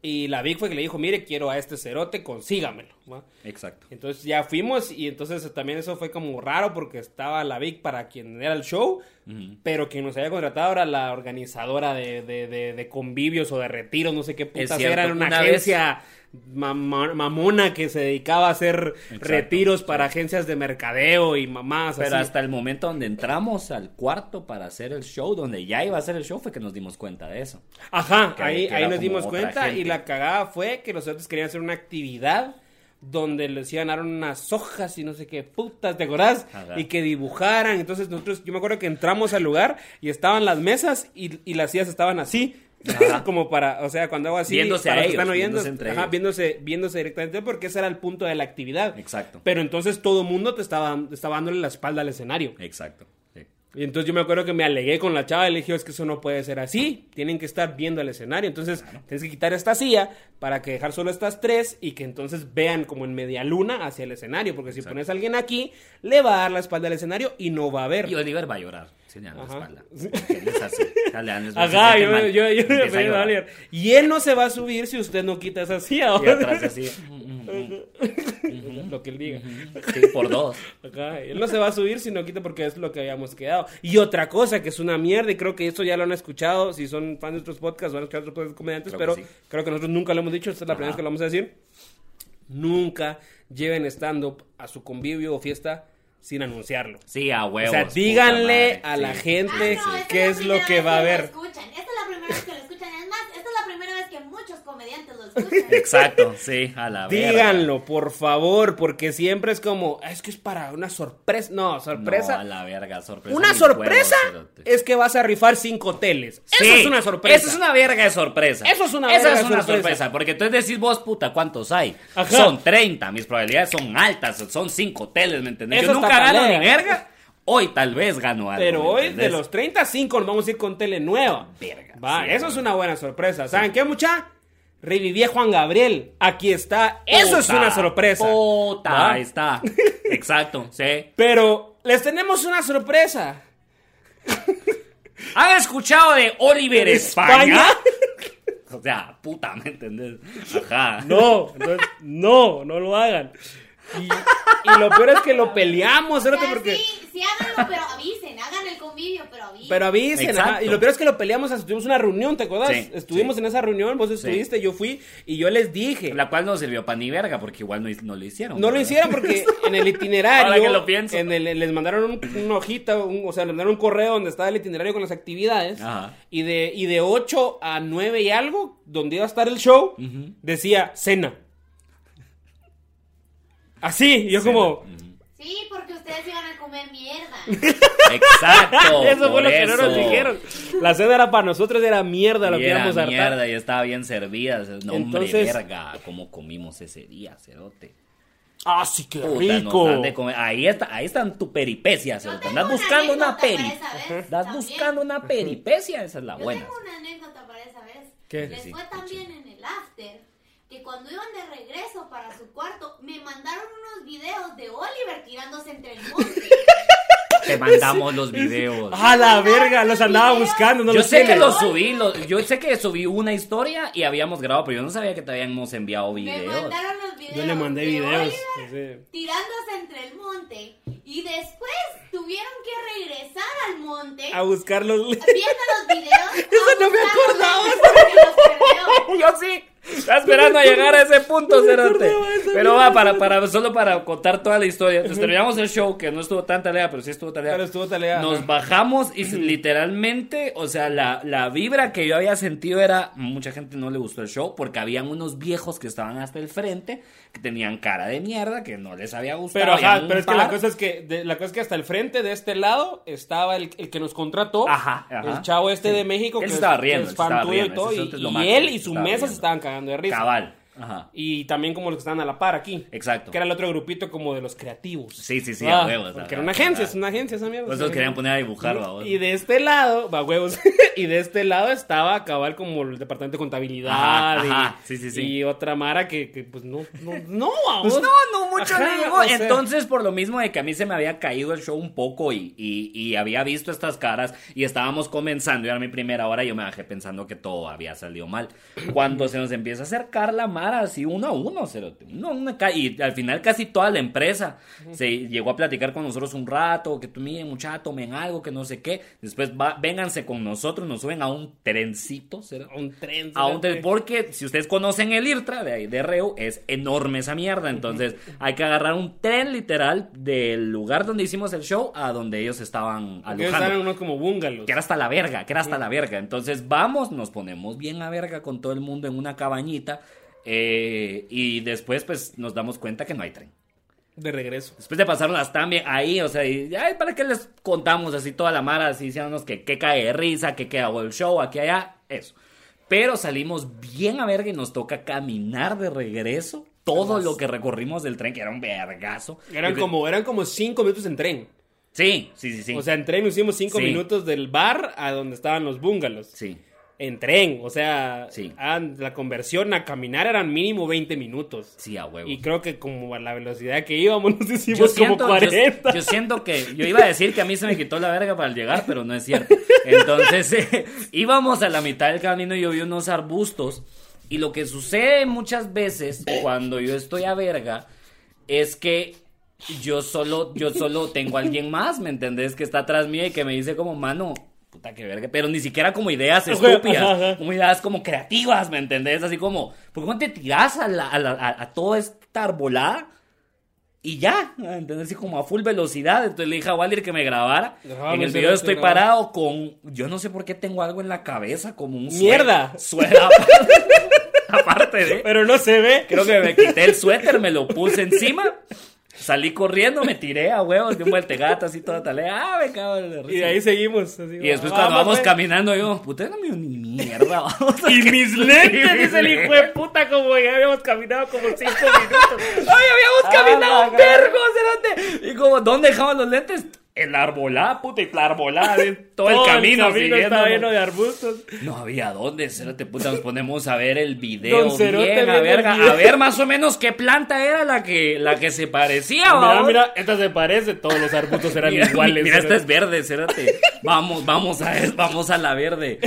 [SPEAKER 3] Y la Vic fue que le dijo, mire, quiero a este cerote, consígamelo. ¿va?
[SPEAKER 1] Exacto.
[SPEAKER 3] Entonces ya fuimos y entonces eh, también eso fue como raro porque estaba la Vic para quien era el show, pero quien nos había contratado era la organizadora de, de, de- de convivios o de retiros, no sé qué putas
[SPEAKER 1] cierto,
[SPEAKER 3] era, era una,
[SPEAKER 1] una vez-
[SPEAKER 3] agencia mama- mamona que se dedicaba a hacer
[SPEAKER 1] Exacto,
[SPEAKER 3] retiros para agencias de mercadeo y mamás
[SPEAKER 1] Pero
[SPEAKER 3] así.
[SPEAKER 1] hasta el momento donde entramos al cuarto para hacer el show, donde ya iba a ser el show, fue que nos dimos cuenta de eso.
[SPEAKER 3] Ajá,
[SPEAKER 1] que-
[SPEAKER 3] ahí,
[SPEAKER 1] que
[SPEAKER 3] ahí
[SPEAKER 1] era
[SPEAKER 3] nos
[SPEAKER 1] como
[SPEAKER 3] dimos
[SPEAKER 1] otra
[SPEAKER 3] cuenta y
[SPEAKER 1] gente.
[SPEAKER 3] la cagada fue que los otros querían hacer una actividad donde les iban a dar unas hojas y no sé qué putas, ¿te acordás?
[SPEAKER 1] Ajá.
[SPEAKER 3] Y que dibujaran, entonces nosotros, yo me acuerdo que entramos al lugar y estaban las mesas y, y las sillas estaban así.
[SPEAKER 1] Ajá.
[SPEAKER 3] como para, o sea, cuando hago así,
[SPEAKER 1] Viéndose
[SPEAKER 3] para
[SPEAKER 1] a
[SPEAKER 3] los que
[SPEAKER 1] ellos,
[SPEAKER 3] están oyendo,
[SPEAKER 1] viéndose entre
[SPEAKER 3] ajá,
[SPEAKER 1] ellos.
[SPEAKER 3] viéndose, viéndose directamente porque ese era el punto de la actividad.
[SPEAKER 1] Exacto.
[SPEAKER 3] Pero entonces todo mundo te estaba, te estaba dándole la espalda al escenario.
[SPEAKER 1] Exacto. sí.
[SPEAKER 3] Y entonces yo me acuerdo que me alegué con la chava y le dije, es que eso no puede ser así, tienen que estar viendo el escenario, entonces tienes que quitar esta silla para que dejar solo estas tres y que entonces vean como en media luna hacia el escenario, porque si
[SPEAKER 1] Exacto.
[SPEAKER 3] pones a alguien aquí, le va a dar la espalda al escenario y no va a ver.
[SPEAKER 1] Y Oliver va a llorar. Sí, le dan la
[SPEAKER 3] Ajá.
[SPEAKER 1] espalda. Porque él es así. Ya le dan la espalda,
[SPEAKER 3] Ajá,
[SPEAKER 1] se
[SPEAKER 3] yo,
[SPEAKER 1] siente
[SPEAKER 3] yo,
[SPEAKER 1] mal,
[SPEAKER 3] yo- yo
[SPEAKER 1] empieza
[SPEAKER 3] me iba a
[SPEAKER 1] llorar.
[SPEAKER 3] valer. Y él no se va a subir si usted no quita esa silla.
[SPEAKER 1] Y atrás así. mm, mm, mm,
[SPEAKER 3] Lo que él diga.
[SPEAKER 1] sí, por dos.
[SPEAKER 3] Ajá, él no se va a subir si no quita porque es lo que habíamos quedado. Y otra cosa que es una mierda, y creo que esto ya lo han escuchado, si son fans de otros podcasts, van a escuchar otros podcasts de comediantes,
[SPEAKER 1] Creo
[SPEAKER 3] pero
[SPEAKER 1] que sí.
[SPEAKER 3] creo que nosotros nunca lo hemos dicho, esta es la
[SPEAKER 1] Ajá.
[SPEAKER 3] primera vez que lo vamos a decir. Nunca lleven stand-up a su convivio o fiesta sin anunciarlo.
[SPEAKER 1] Sí, a huevos.
[SPEAKER 3] o sea,
[SPEAKER 1] puta
[SPEAKER 3] díganle
[SPEAKER 1] madre,
[SPEAKER 3] a
[SPEAKER 1] sí.
[SPEAKER 3] la
[SPEAKER 2] Ah,
[SPEAKER 3] gente
[SPEAKER 2] no, esta
[SPEAKER 3] Este, qué
[SPEAKER 2] la
[SPEAKER 3] es lo
[SPEAKER 2] primera
[SPEAKER 3] que
[SPEAKER 2] vez
[SPEAKER 3] va a
[SPEAKER 2] lo
[SPEAKER 3] haber.
[SPEAKER 2] escuchan, Esta es la primera vez que lo escuchan. Es más, esta es la primera vez que muchos comediantes lo escuchan.
[SPEAKER 1] Exacto, sí, a la verga.
[SPEAKER 3] Díganlo, por favor, porque siempre es como, "Ah, es que es para una sorpresa. No, sorpresa.
[SPEAKER 1] No, a la verga, sorpresa.
[SPEAKER 3] Una
[SPEAKER 1] ni cuervo,
[SPEAKER 3] sorpresa
[SPEAKER 1] cerote.
[SPEAKER 3] es que vas a rifar cinco hoteles.
[SPEAKER 1] Sí,
[SPEAKER 3] eso es una sorpresa.
[SPEAKER 1] Eso es una verga de sorpresa.
[SPEAKER 3] Eso es una
[SPEAKER 1] Esa es
[SPEAKER 3] verga de
[SPEAKER 1] una
[SPEAKER 3] sorpresa.
[SPEAKER 1] sorpresa. Porque entonces decís vos, puta, ¿cuántos hay?
[SPEAKER 3] Ajá.
[SPEAKER 1] Son 30, mis probabilidades son altas, son 5 hoteles, ¿me entendés? Yo
[SPEAKER 3] Eso es
[SPEAKER 1] nunca gano
[SPEAKER 3] tapalera.
[SPEAKER 1] ni verga. Hoy tal vez gano algo.
[SPEAKER 3] Pero
[SPEAKER 1] ¿me
[SPEAKER 3] hoy, de
[SPEAKER 1] Ah, entendés?
[SPEAKER 3] los 35, nos vamos a ir con tele nueva.
[SPEAKER 1] Verga,
[SPEAKER 3] Va,
[SPEAKER 1] sí,
[SPEAKER 3] eso
[SPEAKER 1] güey.
[SPEAKER 3] es una buena sorpresa. ¿Saben qué, mucha? Reviví a Juan Gabriel. Aquí está. Oh. Eso es
[SPEAKER 1] Puta,
[SPEAKER 3] una sorpresa.
[SPEAKER 1] Puta,
[SPEAKER 3] Va.
[SPEAKER 1] ahí está. Exacto, sí.
[SPEAKER 3] Pero les tenemos una sorpresa.
[SPEAKER 1] ¿Han escuchado de Oliver España? O sea, puta, ¿me entendés? Ajá.
[SPEAKER 3] No, no, no, no lo hagan. Y, y lo peor es que lo peleamos,
[SPEAKER 2] O
[SPEAKER 3] cerote,
[SPEAKER 2] sea,
[SPEAKER 3] porque...
[SPEAKER 2] Sí, sí, háganlo, pero avisen. Hagan el convivio, pero avisen.
[SPEAKER 3] Pero avisen,
[SPEAKER 1] Exacto.
[SPEAKER 3] ajá. Y lo peor es que lo peleamos, hasta tuvimos una reunión, ¿te acuerdas?
[SPEAKER 1] Sí,
[SPEAKER 3] Estuvimos
[SPEAKER 1] sí.
[SPEAKER 3] en esa reunión, vos estuviste, yo fui, y yo les dije.
[SPEAKER 1] La cual no sirvió para ni verga, porque igual no, no lo hicieron.
[SPEAKER 3] No lo
[SPEAKER 1] ¿verdad?
[SPEAKER 3] hicieron porque en el itinerario.
[SPEAKER 1] Ahora que lo pienso.
[SPEAKER 3] en el- les mandaron un- una hojita, un- o sea, les mandaron un correo donde estaba el itinerario con las actividades.
[SPEAKER 1] Ajá.
[SPEAKER 3] Y de, y de 8 a 9 y algo, donde iba a estar el show, decía cena. Así, y yo como.
[SPEAKER 2] Sí, porque ustedes iban a comer mierda.
[SPEAKER 1] Exacto.
[SPEAKER 3] eso fue lo que no
[SPEAKER 1] por
[SPEAKER 3] nos
[SPEAKER 1] eso.
[SPEAKER 3] dijeron. La cena era para nosotros, era mierda lo
[SPEAKER 1] Y
[SPEAKER 3] que
[SPEAKER 1] era
[SPEAKER 3] íbamos a hartar.
[SPEAKER 1] mierda, ya estaba bien servida. o sea, No, hombre,
[SPEAKER 3] Entonces-
[SPEAKER 1] verga, cómo comimos ese día, cerote.
[SPEAKER 3] Ah, sí, qué
[SPEAKER 1] Puta, nos
[SPEAKER 3] rico.
[SPEAKER 1] dan de comer. Ahí, está, ahí están tu peripecia,
[SPEAKER 2] Yo
[SPEAKER 1] cerote.
[SPEAKER 2] tengo
[SPEAKER 1] Andas
[SPEAKER 2] una
[SPEAKER 1] buscando una
[SPEAKER 2] anécdota
[SPEAKER 1] peri.
[SPEAKER 2] para esa vez
[SPEAKER 1] Estás
[SPEAKER 2] también.
[SPEAKER 1] buscando una peripecia, esa es la
[SPEAKER 2] Yo
[SPEAKER 1] buena.
[SPEAKER 2] tengo una anécdota para esa vez.
[SPEAKER 3] ¿Qué?
[SPEAKER 2] Les
[SPEAKER 1] Sí,
[SPEAKER 2] fue tan bien en el after que cuando iban de regreso para su cuarto me mandaron unos videos de Oliver tirándose entre el monte.
[SPEAKER 1] Te mandamos los videos.
[SPEAKER 3] A la verga, los andaba buscando, no
[SPEAKER 1] yo
[SPEAKER 3] los
[SPEAKER 1] sé que
[SPEAKER 3] tiene.
[SPEAKER 1] lo subí, lo- yo sé que subí una historia y habíamos grabado, pero yo no sabía que te habíamos enviado
[SPEAKER 2] me
[SPEAKER 1] videos.
[SPEAKER 2] mandaron los videos.
[SPEAKER 3] Yo le mandé
[SPEAKER 2] de
[SPEAKER 3] videos.
[SPEAKER 2] Oliver
[SPEAKER 3] sí.
[SPEAKER 2] tirándose entre el monte y después tuvieron que regresar al monte
[SPEAKER 3] A buscar los.
[SPEAKER 2] viendo los videos.
[SPEAKER 3] Eso no me acordaba.
[SPEAKER 2] acordaba.
[SPEAKER 1] Yo sí. Estaba esperando a llegar a ese punto, Cerote.
[SPEAKER 3] acordaba de esa
[SPEAKER 1] Pero va, para, para, solo para contar toda la historia. Entonces terminamos el show, que no estuvo tan tarea, pero sí estuvo tarea.
[SPEAKER 3] Pero estuvo tarea,
[SPEAKER 1] Nos
[SPEAKER 3] ajá.
[SPEAKER 1] bajamos y literalmente, o sea, la, la vibra que yo había sentido era. Mucha gente no le gustó el show porque habían unos viejos que estaban hasta el frente, que tenían cara de mierda, que no les había gustado.
[SPEAKER 3] Pero, ajá,
[SPEAKER 1] Habían un
[SPEAKER 3] pero es que la
[SPEAKER 1] par.
[SPEAKER 3] cosa es que, de- la cosa es que hasta el frente de este lado estaba el, el que nos contrató,
[SPEAKER 1] Ajá, ajá.
[SPEAKER 3] el chavo este
[SPEAKER 1] Sí.
[SPEAKER 3] de México,
[SPEAKER 1] Él
[SPEAKER 3] que
[SPEAKER 1] se
[SPEAKER 3] es-
[SPEAKER 1] estaba
[SPEAKER 3] que
[SPEAKER 1] riendo,
[SPEAKER 3] es
[SPEAKER 1] él se
[SPEAKER 3] fan
[SPEAKER 1] estaba
[SPEAKER 3] tuyo
[SPEAKER 1] riendo,
[SPEAKER 3] y todo,
[SPEAKER 1] ese
[SPEAKER 3] y,
[SPEAKER 1] es lo
[SPEAKER 3] y
[SPEAKER 1] máximo,
[SPEAKER 3] él
[SPEAKER 1] se
[SPEAKER 3] y su
[SPEAKER 1] estaba
[SPEAKER 3] mesa se
[SPEAKER 1] riendo.
[SPEAKER 3] estaban cagando de risa.
[SPEAKER 1] Cabal. Ajá.
[SPEAKER 3] Y también como los que estaban a la par aquí.
[SPEAKER 1] Exacto.
[SPEAKER 3] Que era el otro grupito como de los creativos.
[SPEAKER 1] Sí, sí, sí, a
[SPEAKER 3] Ah,
[SPEAKER 1] huevos,
[SPEAKER 3] Porque
[SPEAKER 1] ajá,
[SPEAKER 3] era una agencia,
[SPEAKER 1] ajá.
[SPEAKER 3] es una agencia esa mierda.
[SPEAKER 1] Por
[SPEAKER 3] sí.
[SPEAKER 1] eso los querían poner a dibujar, babos.
[SPEAKER 3] Y de este lado, va huevos, y de este lado estaba cabal como el departamento de contabilidad
[SPEAKER 1] Ajá,
[SPEAKER 3] y,
[SPEAKER 1] ajá, sí, sí, sí.
[SPEAKER 3] y otra mara que, que, pues no, no, no,
[SPEAKER 1] Pues
[SPEAKER 3] babos.
[SPEAKER 1] no, no mucho
[SPEAKER 3] Ajá,
[SPEAKER 1] le digo.
[SPEAKER 3] o sea,
[SPEAKER 1] Entonces, por lo mismo de que a mí se me había caído el show un poco y, y- y había visto estas caras y estábamos comenzando y era mi primera hora y yo me bajé pensando que todo había salido mal. Cuando se nos empieza a acercar la mara así uno a uno, cerote, uno a uno, ca- y al final casi toda la empresa se llegó a platicar con nosotros un rato, que tú miren muchacho, tomen algo, que no sé qué. Después va, vénganse con nosotros, nos suben a un trencito, cerote.
[SPEAKER 3] un tren.
[SPEAKER 1] A un
[SPEAKER 3] ¿sabes?
[SPEAKER 1] tel- Ah, porque si ustedes conocen el IRTRA de ahí de Reu, es enorme esa mierda. Entonces hay que agarrar un tren literal del lugar donde hicimos el show a donde ellos estaban
[SPEAKER 3] Porque ellos eran
[SPEAKER 1] alojando.
[SPEAKER 3] unos como búngalos.
[SPEAKER 1] Que era hasta la verga, que era hasta la verga. Entonces vamos, nos ponemos bien a verga con todo el mundo en una cabañita. eh, y después, pues nos damos cuenta que no hay tren.
[SPEAKER 3] De regreso.
[SPEAKER 1] Después de pasarlas también ahí, o sea, y, ay, ¿para qué les contamos así toda la mara? Así diciéndonos que, que cae de risa, que queda el show, aquí, allá, eso. Pero salimos bien a verga y nos toca caminar de regreso todo lo que recorrimos del tren, que era un vergazo. Y-
[SPEAKER 3] Eran como, eran como cinco minutos en tren.
[SPEAKER 1] Sí, sí, sí, sí.
[SPEAKER 3] O sea, en tren hicimos cinco
[SPEAKER 1] Sí.
[SPEAKER 3] minutos del bar a donde estaban los búngalos.
[SPEAKER 1] sí.
[SPEAKER 3] En tren, o sea,
[SPEAKER 1] Sí.
[SPEAKER 3] ah, la conversión a caminar eran mínimo 20 minutos.
[SPEAKER 1] Sí, a huevo.
[SPEAKER 3] Y creo que como a la velocidad que íbamos nos
[SPEAKER 1] Yo
[SPEAKER 3] hicimos
[SPEAKER 1] siento,
[SPEAKER 3] como 40.
[SPEAKER 1] Yo, yo siento que yo iba a decir que a mí se me quitó la verga para llegar, pero no es cierto. Entonces eh, íbamos a la mitad del camino y yo vi unos arbustos. Y lo que sucede muchas veces cuando yo estoy a verga es que yo solo, yo solo tengo a alguien más, ¿me entendés? Que está atrás mío y que me dice como, mano, puta que verga, pero ni siquiera como ideas
[SPEAKER 3] Ajá,
[SPEAKER 1] estúpidas,
[SPEAKER 3] ajá.
[SPEAKER 1] como ideas como creativas, ¿me entendés? Así como, ¿por qué no te tirás a, la- a la- a- a toda esta arbolada? Y ya, ¿entendés? Así como a full velocidad. Entonces le dije a Waldir que me grabara.
[SPEAKER 3] Grabame,
[SPEAKER 1] en el
[SPEAKER 3] cerote,
[SPEAKER 1] video estoy
[SPEAKER 3] grabame.
[SPEAKER 1] parado con. Yo no sé por qué tengo algo en la cabeza, como un. sue-
[SPEAKER 3] ¡Mierda!
[SPEAKER 1] Suela. aparte- Aparte de.
[SPEAKER 3] Pero no se ve.
[SPEAKER 1] Creo que me quité el suéter, me lo puse encima. Salí corriendo, me tiré a huevos de un vueltegata así toda talea. Ah, me cago en la risa.
[SPEAKER 3] Y de ahí seguimos. así,
[SPEAKER 1] Y después cuando
[SPEAKER 3] vamos,
[SPEAKER 1] vamos
[SPEAKER 3] eh.
[SPEAKER 1] caminando, yo, puta, no me dio ni mierda. vamos.
[SPEAKER 3] Y mis lentes, dice el hijo de puta, como ya habíamos caminado como cinco minutos.
[SPEAKER 1] ¡Ay, habíamos
[SPEAKER 3] Ah,
[SPEAKER 1] caminado
[SPEAKER 3] la
[SPEAKER 1] un vergo, cerote! Y como, ¿dónde dejamos los lentes? En la arbolada, puta, y la arbolada, así, todo el camino,
[SPEAKER 3] estaba lleno
[SPEAKER 1] siguiendo.
[SPEAKER 3] de arbustos.
[SPEAKER 1] No había dónde, cerote, puta, nos ponemos a ver el video
[SPEAKER 3] Don Cerote
[SPEAKER 1] bien,
[SPEAKER 3] viendo
[SPEAKER 1] a
[SPEAKER 3] el
[SPEAKER 1] verga,
[SPEAKER 3] video.
[SPEAKER 1] a ver más o menos qué planta era la que, la que se parecía,
[SPEAKER 3] Mira,
[SPEAKER 1] ¿va?
[SPEAKER 3] mira, esta se parece, todos los arbustos eran
[SPEAKER 1] Mira,
[SPEAKER 3] iguales.
[SPEAKER 1] Mira, esta
[SPEAKER 3] eran-
[SPEAKER 1] es verde, cérate. Vamos, vamos a, vamos a la verde.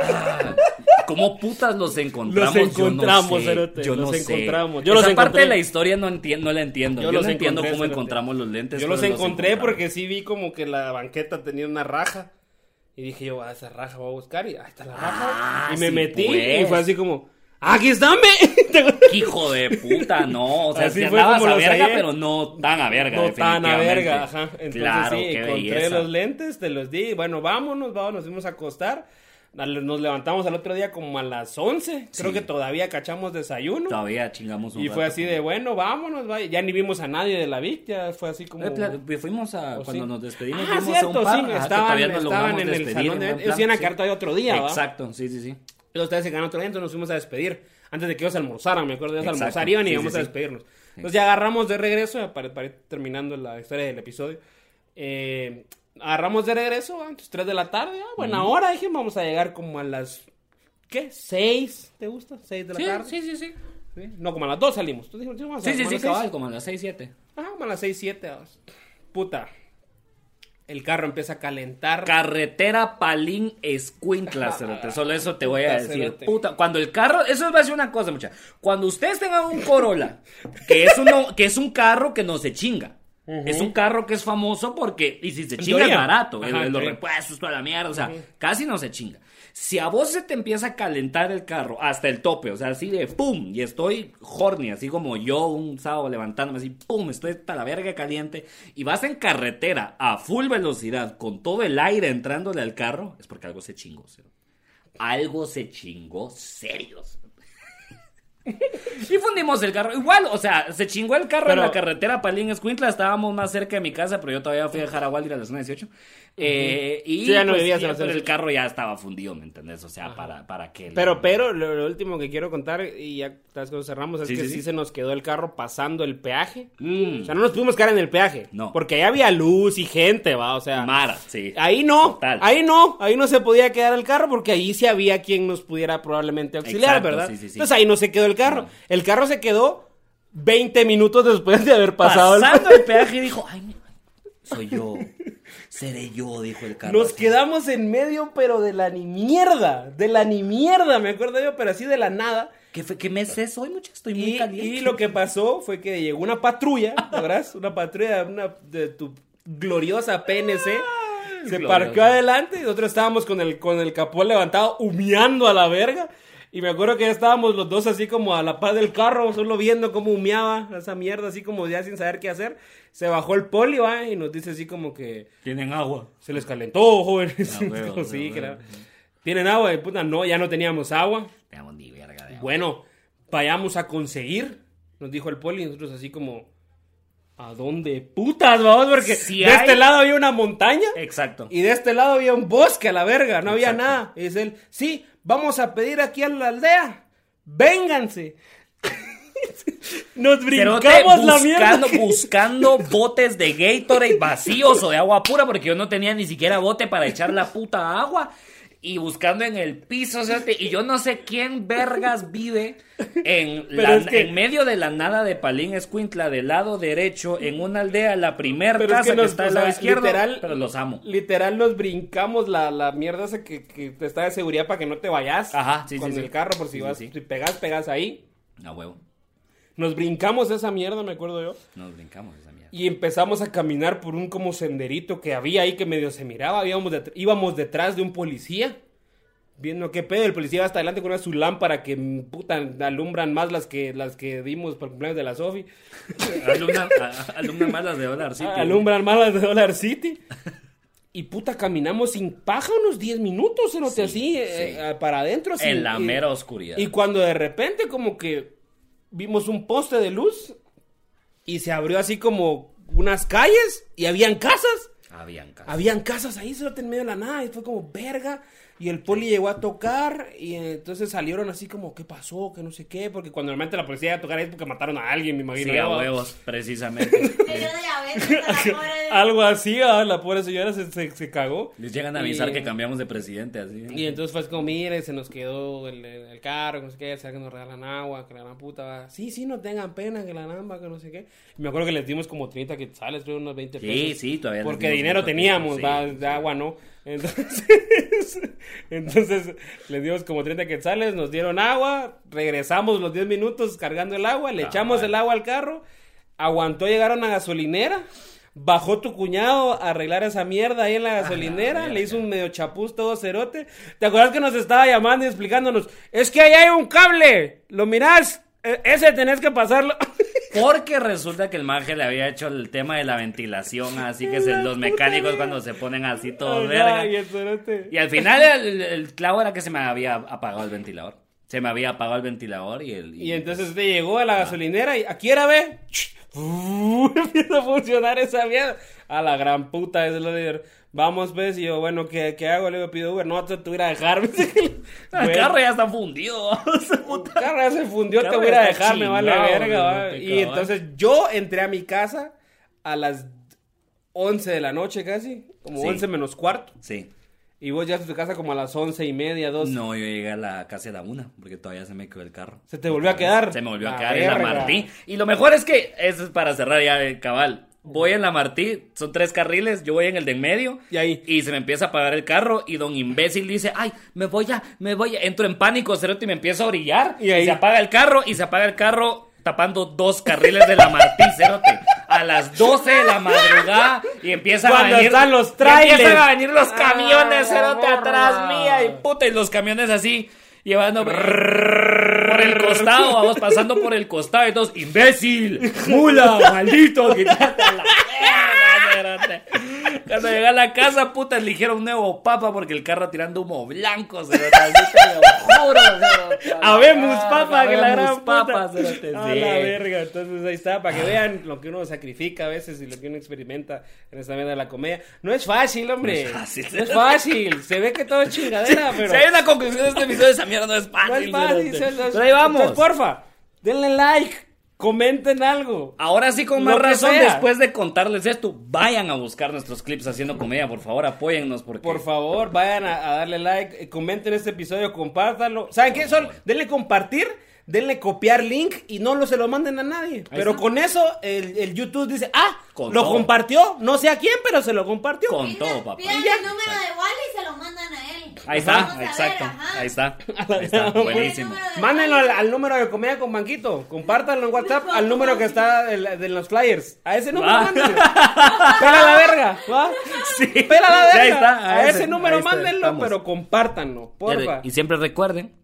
[SPEAKER 1] Ah, ¿Cómo putas los encontramos?
[SPEAKER 3] Los encontramos,
[SPEAKER 1] yo no sé.
[SPEAKER 3] cerote,
[SPEAKER 1] yo
[SPEAKER 3] los
[SPEAKER 1] no sé.
[SPEAKER 3] encontramos. Yo
[SPEAKER 1] Esa
[SPEAKER 3] los
[SPEAKER 1] parte
[SPEAKER 3] encontré.
[SPEAKER 1] de la historia no, entiendo, no la entiendo. Yo,
[SPEAKER 3] Yo los
[SPEAKER 1] no entiendo
[SPEAKER 3] encontré,
[SPEAKER 1] cómo
[SPEAKER 3] cerote.
[SPEAKER 1] encontramos los lentes.
[SPEAKER 3] Yo
[SPEAKER 1] pero
[SPEAKER 3] los encontré
[SPEAKER 1] encontramos.
[SPEAKER 3] porque sí vi como que la banqueta tenía una raja. Y dije yo, a esa raja voy a buscar. Y ahí está la raja.
[SPEAKER 1] Ah,
[SPEAKER 3] y me
[SPEAKER 1] sí,
[SPEAKER 3] metí. Y
[SPEAKER 1] pues.
[SPEAKER 3] fue así como, ¡aquí están, ve!
[SPEAKER 1] Hijo de puta, no. O sea,
[SPEAKER 3] Así
[SPEAKER 1] sí
[SPEAKER 3] fue
[SPEAKER 1] andabas
[SPEAKER 3] como
[SPEAKER 1] a
[SPEAKER 3] los
[SPEAKER 1] verga,
[SPEAKER 3] hallé.
[SPEAKER 1] pero no tan a verga.
[SPEAKER 3] No tan a
[SPEAKER 1] definitivamente.
[SPEAKER 3] verga, ajá. Entonces
[SPEAKER 1] claro,
[SPEAKER 3] sí,
[SPEAKER 1] qué
[SPEAKER 3] encontré
[SPEAKER 1] belleza.
[SPEAKER 3] los lentes, te los di. Bueno, vámonos, vámonos, nos fuimos a acostar. Al- Nos levantamos al otro día como a las 11.
[SPEAKER 1] Sí.
[SPEAKER 3] Creo que todavía cachamos desayuno.
[SPEAKER 1] Todavía chingamos un
[SPEAKER 3] Y fue
[SPEAKER 1] rato.
[SPEAKER 3] así de, bueno, vámonos, vaya. Ya ni vimos a nadie de la VIC, ya fue así como...
[SPEAKER 1] Eh, pla- pues fuimos a.
[SPEAKER 3] ¿O
[SPEAKER 1] Cuando
[SPEAKER 3] sí?
[SPEAKER 1] nos despedimos,
[SPEAKER 3] ah,
[SPEAKER 1] fuimos
[SPEAKER 3] cierto,
[SPEAKER 1] a un par.
[SPEAKER 3] sí,
[SPEAKER 1] ajá, que
[SPEAKER 3] estaban,
[SPEAKER 1] todavía nos
[SPEAKER 3] estaban
[SPEAKER 1] logramos
[SPEAKER 3] en el
[SPEAKER 1] despedir,
[SPEAKER 3] salón de
[SPEAKER 1] en buen
[SPEAKER 3] eventos. Ellos iban a
[SPEAKER 1] plan,
[SPEAKER 3] quedar
[SPEAKER 1] sí.
[SPEAKER 3] todavía otro día, ¿va?
[SPEAKER 1] Exacto, sí, sí, sí.
[SPEAKER 3] Pero ustedes Pues se ganaron otro día, entonces nos fuimos a despedir. Antes de que ellos almorzaran, me acuerdo, ellos
[SPEAKER 1] Exacto,
[SPEAKER 3] almorzaron iban y
[SPEAKER 1] sí, sí,
[SPEAKER 3] íbamos a
[SPEAKER 1] sí.
[SPEAKER 3] despedirnos. Entonces ya agarramos de regreso, para, para ir terminando la historia del episodio. eh, agarramos de regreso, ¿va? entonces 3 de la tarde, ¿va? buena hora, dije, vamos a llegar como a las... ¿Qué? ¿6? ¿Te gusta? ¿6 de la
[SPEAKER 4] Sí,
[SPEAKER 3] tarde?
[SPEAKER 4] sí, sí, sí.
[SPEAKER 3] Sí. No, como a las 2 salimos. Entonces dijimos, vamos a
[SPEAKER 1] Sí, sí,
[SPEAKER 3] como a
[SPEAKER 1] sí,
[SPEAKER 3] las seis.
[SPEAKER 1] cabal, como a las 6, 7.
[SPEAKER 3] Ajá, Ah, como a las 6, 7. Puta. El carro empieza a calentar.
[SPEAKER 1] Carretera Palín Escuintla, cerote. Solo eso te voy a
[SPEAKER 3] Puta,
[SPEAKER 1] decir.
[SPEAKER 3] cerote.
[SPEAKER 1] Puta, cuando el carro, eso va a ser una cosa, mucha. Cuando ustedes tengan un Corolla, que es uno, que es un carro que no se chinga. Es un carro que es famoso porque, y si se chinga
[SPEAKER 3] teoría.
[SPEAKER 1] es barato, el-
[SPEAKER 3] Ajá,
[SPEAKER 1] los
[SPEAKER 3] en teoría.
[SPEAKER 1] repuestos, toda la mierda, o sea, casi no se chinga. Si a vos se te empieza a calentar el carro hasta el tope, o sea, así de pum, y estoy horny, así como yo un sábado levantándome, así pum, estoy hasta la verga caliente, y vas en carretera a full velocidad con todo el aire entrándole al carro, es porque algo se chingó, cero. Algo se chingó, serios. Y fundimos el carro. Igual, o sea, se chingó el carro
[SPEAKER 3] Pero-
[SPEAKER 1] en la carretera Palín Escuintla. Estábamos más cerca de mi casa, pero yo todavía fui a dejar a Waldir a la zona 18. Eh, y
[SPEAKER 3] Sí, ya no
[SPEAKER 1] pues,
[SPEAKER 3] vivías en la
[SPEAKER 1] pero
[SPEAKER 3] zona
[SPEAKER 1] el
[SPEAKER 3] 18.
[SPEAKER 1] carro ya estaba fundido, ¿me entendés? O sea, para, para qué. le-
[SPEAKER 3] Pero, pero, lo, lo último que quiero contar, y ya las cosas cerramos, es
[SPEAKER 1] Sí,
[SPEAKER 3] que
[SPEAKER 1] sí,
[SPEAKER 3] sí,
[SPEAKER 1] sí.
[SPEAKER 3] se nos quedó el carro pasando el peaje.
[SPEAKER 1] Mm.
[SPEAKER 3] O sea, no nos pudimos quedar en el peaje.
[SPEAKER 1] No.
[SPEAKER 3] Porque ahí había luz y gente, va, o sea.
[SPEAKER 1] Mara, sí.
[SPEAKER 3] Ahí no,
[SPEAKER 1] Total.
[SPEAKER 3] ahí no, ahí no se podía quedar el carro porque ahí sí había quien nos pudiera probablemente auxiliar,
[SPEAKER 1] Exacto,
[SPEAKER 3] ¿verdad?
[SPEAKER 1] sí, sí, sí.
[SPEAKER 3] Entonces ahí no se quedó el carro.
[SPEAKER 1] No.
[SPEAKER 3] El carro se quedó 20 minutos después de haber pasado el
[SPEAKER 1] Pasando el peaje dijo, ay, mi- soy yo. Seré yo, dijo el carro.
[SPEAKER 3] Nos
[SPEAKER 1] así.
[SPEAKER 3] quedamos en medio, pero de la ni mierda, de la ni mierda, me acuerdo yo, pero así de la nada.
[SPEAKER 1] ¿Qué, fue, ¿Qué mes es hoy, muchachos? Estoy muy
[SPEAKER 3] Y,
[SPEAKER 1] caliente.
[SPEAKER 3] y lo que pasó fue que llegó una patrulla, ¿te acuerdas? Una patrulla una, de tu gloriosa PNC. se
[SPEAKER 1] gloriosa.
[SPEAKER 3] parqueó adelante y nosotros estábamos con el, con el capó levantado, humeando a la verga. Y me acuerdo que ya estábamos los dos así como a la par del carro, solo viendo cómo humeaba esa mierda, así como ya sin saber qué hacer. Se bajó el poli, va, y nos dice así como que...
[SPEAKER 1] Tienen agua.
[SPEAKER 3] Se les calentó, jóvenes.
[SPEAKER 1] Ah, huevo,
[SPEAKER 3] Sí,
[SPEAKER 1] huevo,
[SPEAKER 3] que era-
[SPEAKER 1] huevo.
[SPEAKER 3] ¿Tienen agua? Y, puta, no, ya no teníamos agua.
[SPEAKER 1] Teníamos ni verga de agua.
[SPEAKER 3] Bueno, vayamos a conseguir, nos dijo el poli. y Nosotros así como, ¿a dónde putas vamos? Porque
[SPEAKER 1] Si
[SPEAKER 3] de
[SPEAKER 1] hay-
[SPEAKER 3] este lado había una montaña
[SPEAKER 1] Exacto.
[SPEAKER 3] y de este lado había un bosque a la verga. No había
[SPEAKER 1] Exacto.
[SPEAKER 3] nada. Y dice él, sí, vamos a pedir aquí a la aldea. Vénganse. nos
[SPEAKER 1] Pero
[SPEAKER 3] brincamos
[SPEAKER 1] te-
[SPEAKER 3] la mierda.
[SPEAKER 1] buscando,
[SPEAKER 3] que-
[SPEAKER 1] buscando botes de Gatorade vacíos o de agua pura, porque yo no tenía ni siquiera bote para echar la puta agua. Y buscando en el piso, o sea, te- y yo no sé quién vergas vive en,
[SPEAKER 3] Pero
[SPEAKER 1] la-
[SPEAKER 3] es que-
[SPEAKER 1] en medio de la nada de Palín Escuintla, del lado derecho, en una aldea, la primer
[SPEAKER 3] Pero es
[SPEAKER 1] casa
[SPEAKER 3] que
[SPEAKER 1] que,
[SPEAKER 3] nos-
[SPEAKER 1] está
[SPEAKER 3] o
[SPEAKER 1] al lado
[SPEAKER 3] sea,
[SPEAKER 1] izquierdo.
[SPEAKER 3] literal-
[SPEAKER 1] pero los amo.
[SPEAKER 3] Literal nos brincamos la, la mierda esa que, que te está de seguridad para que no te vayas.
[SPEAKER 1] Ajá, sí,
[SPEAKER 3] Con
[SPEAKER 1] sí,
[SPEAKER 3] el
[SPEAKER 1] sí.
[SPEAKER 3] carro, por si
[SPEAKER 1] Sí, sí,
[SPEAKER 3] vas,
[SPEAKER 1] sí.
[SPEAKER 3] si pegas, pegas ahí.
[SPEAKER 1] A huevo.
[SPEAKER 3] Nos brincamos esa mierda, me acuerdo yo.
[SPEAKER 1] Nos brincamos esa mierda.
[SPEAKER 3] Y empezamos a caminar por un como senderito que había ahí que medio se miraba. Íbamos, det- íbamos detrás de un policía. Viendo qué pedo, el policía va hasta adelante con una su lámpara que mm, puta alumbran más las que las que dimos por cumpleaños de la Sofi.
[SPEAKER 1] Alumna, a- alumna malas de dólar, sí.
[SPEAKER 3] Ah,
[SPEAKER 1] tío.
[SPEAKER 3] alumbran más las de Dollar City. Y puta, caminamos sin paja unos 10 minutos, no
[SPEAKER 1] Sí,
[SPEAKER 3] así, eh,
[SPEAKER 1] sí.
[SPEAKER 3] eh, para adentro. sin-
[SPEAKER 1] En la
[SPEAKER 3] y-
[SPEAKER 1] mera oscuridad.
[SPEAKER 3] Y cuando de repente como que vimos un poste de luz y se abrió así como unas calles y habían casas.
[SPEAKER 1] Habían casas.
[SPEAKER 3] Habían casas ahí, se lo en medio de la nada, y fue como verga. Y el poli llegó a tocar, y eh, entonces salieron así como, ¿qué pasó? Que no sé qué, porque cuando normalmente la policía iba a tocar ahí es porque mataron a alguien, me imagino.
[SPEAKER 1] Sí, a
[SPEAKER 3] ¿no?
[SPEAKER 1] huevos, precisamente.
[SPEAKER 2] Le dio diabetes a la pobre.
[SPEAKER 3] Algo así, ah, la pobre señora se, se- se cagó.
[SPEAKER 1] Les llegan a avisar
[SPEAKER 3] Y-
[SPEAKER 1] que cambiamos de presidente, así.
[SPEAKER 3] Y entonces fue como, mire, se nos quedó el, el- el carro, que no sé qué, será que nos regalan agua, que la gran puta va. Sí, sí, no tengan pena, que la namba, que no sé qué. Y me acuerdo que les dimos como 30 quetzales, creo, unos 20
[SPEAKER 1] Sí,
[SPEAKER 3] pesos.
[SPEAKER 1] sí, todavía les
[SPEAKER 3] Porque
[SPEAKER 1] dimos
[SPEAKER 3] dinero
[SPEAKER 1] mucho
[SPEAKER 3] teníamos,
[SPEAKER 1] tiempo,
[SPEAKER 3] va,
[SPEAKER 1] sí,
[SPEAKER 3] de agua no. Entonces, Entonces le dimos como 30 quetzales, nos dieron agua, regresamos los 10 minutos cargando el agua, le echamos el agua al carro, aguantó llegar a una gasolinera, bajó tu cuñado a arreglar esa mierda ahí en
[SPEAKER 1] Ah,
[SPEAKER 3] la gasolinera, le hizo un medio chapuz todo cerote. ¿Te acuerdas que nos estaba llamando y explicándonos? Es que ahí hay un cable, lo mirás, E- ese tenés que pasarlo.
[SPEAKER 1] Porque resulta que el maje le había hecho el tema de la ventilación, así que se- los mecánicos cuando se ponen así todos verga.
[SPEAKER 3] Ay, el cerote.
[SPEAKER 1] Y al final el, el clavo era que se me había apagado el ventilador. Se me había apagado el ventilador y el...
[SPEAKER 3] Y entonces te llegó a la gasolinera y aquí era ve. Empieza a funcionar esa mierda. A la gran puta, es lo de. Vamos, pues, y yo, bueno, ¿qué, qué hago? Le digo, pido Uber. No, te te voy a ir a dejar. El
[SPEAKER 1] El Ah, carro ya está fundido.
[SPEAKER 3] carro ya se fundió, te
[SPEAKER 1] Carro
[SPEAKER 3] voy a ir a
[SPEAKER 1] ya está
[SPEAKER 3] dejar, me vale
[SPEAKER 1] chingado,
[SPEAKER 3] verga.
[SPEAKER 1] no
[SPEAKER 3] va.
[SPEAKER 1] te
[SPEAKER 3] Y
[SPEAKER 1] cagas.
[SPEAKER 3] entonces yo entré a mi casa a las 11 de la noche casi, como
[SPEAKER 1] Sí.
[SPEAKER 3] 11 menos cuarto.
[SPEAKER 1] Sí.
[SPEAKER 3] Y vos ya a tu casa como a las 11 y media, 12.
[SPEAKER 1] No, yo llegué a la casi a la una, porque todavía se me quedó el carro.
[SPEAKER 3] Se te volvió a quedar.
[SPEAKER 1] Se me volvió a
[SPEAKER 3] La
[SPEAKER 1] quedar en la
[SPEAKER 3] verga.
[SPEAKER 1] Martí. Y lo mejor es que, eso es para cerrar ya el cabal. Voy en la Martí, son tres carriles, yo voy en el de en medio.
[SPEAKER 3] Y ahí.
[SPEAKER 1] Y se me empieza a apagar el carro y don imbécil dice, ay, me voy ya, me voy ya. Entro en pánico, cerote, y me empiezo a orillar.
[SPEAKER 3] Y ahí.
[SPEAKER 1] se apaga el carro y se apaga el carro tapando dos carriles de la Martí, cerote. A las 12 de la madrugada y empiezan
[SPEAKER 3] Cuando
[SPEAKER 1] a venir...
[SPEAKER 3] están los
[SPEAKER 1] y
[SPEAKER 3] trailers.
[SPEAKER 1] Empiezan a venir los
[SPEAKER 3] Ah,
[SPEAKER 1] camiones, cerote,
[SPEAKER 3] la
[SPEAKER 1] atrás
[SPEAKER 3] gorra.
[SPEAKER 1] mía y puta, y los camiones así, llevando por el costado, vamos pasando por el costado y todos, imbécil, mula, maldito, quítate a la verga, cerote. Cuando llegué a la casa, puta, eligieron un nuevo papa porque el carro tirando humo blanco, cerote, así te lo juro, cerote, a la
[SPEAKER 3] Habemos
[SPEAKER 1] verga,
[SPEAKER 3] papa, que la gran
[SPEAKER 1] Ah, habemos papa,
[SPEAKER 3] puta.
[SPEAKER 1] cerote,
[SPEAKER 3] A
[SPEAKER 1] sí. Ah.
[SPEAKER 3] la verga, entonces ahí está, para que vean lo que uno sacrifica a veces y lo que uno experimenta en esta mierda de la comedia. No es fácil, hombre.
[SPEAKER 1] No es fácil.
[SPEAKER 3] No es fácil. Se ve que todo es chingadera, pero.
[SPEAKER 1] Si hay una conclusión de este episodio, esa mierda no es
[SPEAKER 3] No
[SPEAKER 1] fácil,
[SPEAKER 3] es fácil.
[SPEAKER 1] cerote.
[SPEAKER 3] se los-
[SPEAKER 1] Pero ahí vamos.
[SPEAKER 3] Entonces, porfa, denle like, comenten algo.
[SPEAKER 1] Ahora sí, con más
[SPEAKER 3] Lo que
[SPEAKER 1] razón,
[SPEAKER 3] sea.
[SPEAKER 1] después de contarles esto, vayan a buscar nuestros clips haciendo comedia, por favor, apóyennos porque...
[SPEAKER 3] Por favor, vayan a, a darle like, eh, comenten este episodio, compártanlo. ¿Saben qué? Solo denle compartir, denle copiar link y no lo, se lo manden a nadie. pero
[SPEAKER 1] está.
[SPEAKER 3] con eso, el, el YouTube dice, ah,
[SPEAKER 1] Con
[SPEAKER 3] lo
[SPEAKER 1] todo.
[SPEAKER 3] compartió, no sé a quién, pero se lo compartió.
[SPEAKER 1] Con todo, papá.
[SPEAKER 2] Piden
[SPEAKER 3] Ya.
[SPEAKER 2] el número de Wally y se lo mandan a él.
[SPEAKER 1] Ahí
[SPEAKER 2] Vamos a
[SPEAKER 1] está,
[SPEAKER 2] ver,
[SPEAKER 1] exacto.
[SPEAKER 2] ajá.
[SPEAKER 1] Ahí está. Ahí está. Buenísimo.
[SPEAKER 3] Mándenlo al, al número de Comedia con Banquito, compártanlo en WhatsApp al número que está el- de, los flyers. A ese número
[SPEAKER 1] Va.
[SPEAKER 3] mándenlo. Pela la verga, ¿va?
[SPEAKER 1] Sí.
[SPEAKER 3] Pela la verga.
[SPEAKER 1] Ahí está,
[SPEAKER 3] a, ese, número
[SPEAKER 1] ahí está,
[SPEAKER 3] mándenlo,
[SPEAKER 1] estamos.
[SPEAKER 3] pero compártanlo, porfa.
[SPEAKER 1] Y siempre recuerden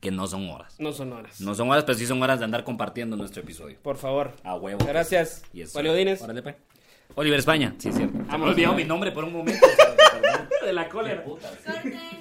[SPEAKER 1] que no son horas.
[SPEAKER 3] No son horas.
[SPEAKER 1] No son horas, pero sí son horas de andar compartiendo nuestro episodio.
[SPEAKER 3] Por favor.
[SPEAKER 1] A huevo.
[SPEAKER 3] Gracias.
[SPEAKER 1] Y eso.
[SPEAKER 3] Walio Dínez.
[SPEAKER 1] Órale, pe. Oliver España, sí, es cierto. Se me
[SPEAKER 3] Vamos.
[SPEAKER 1] olvidó mi nombre por un momento. De la cólera.
[SPEAKER 2] Corte.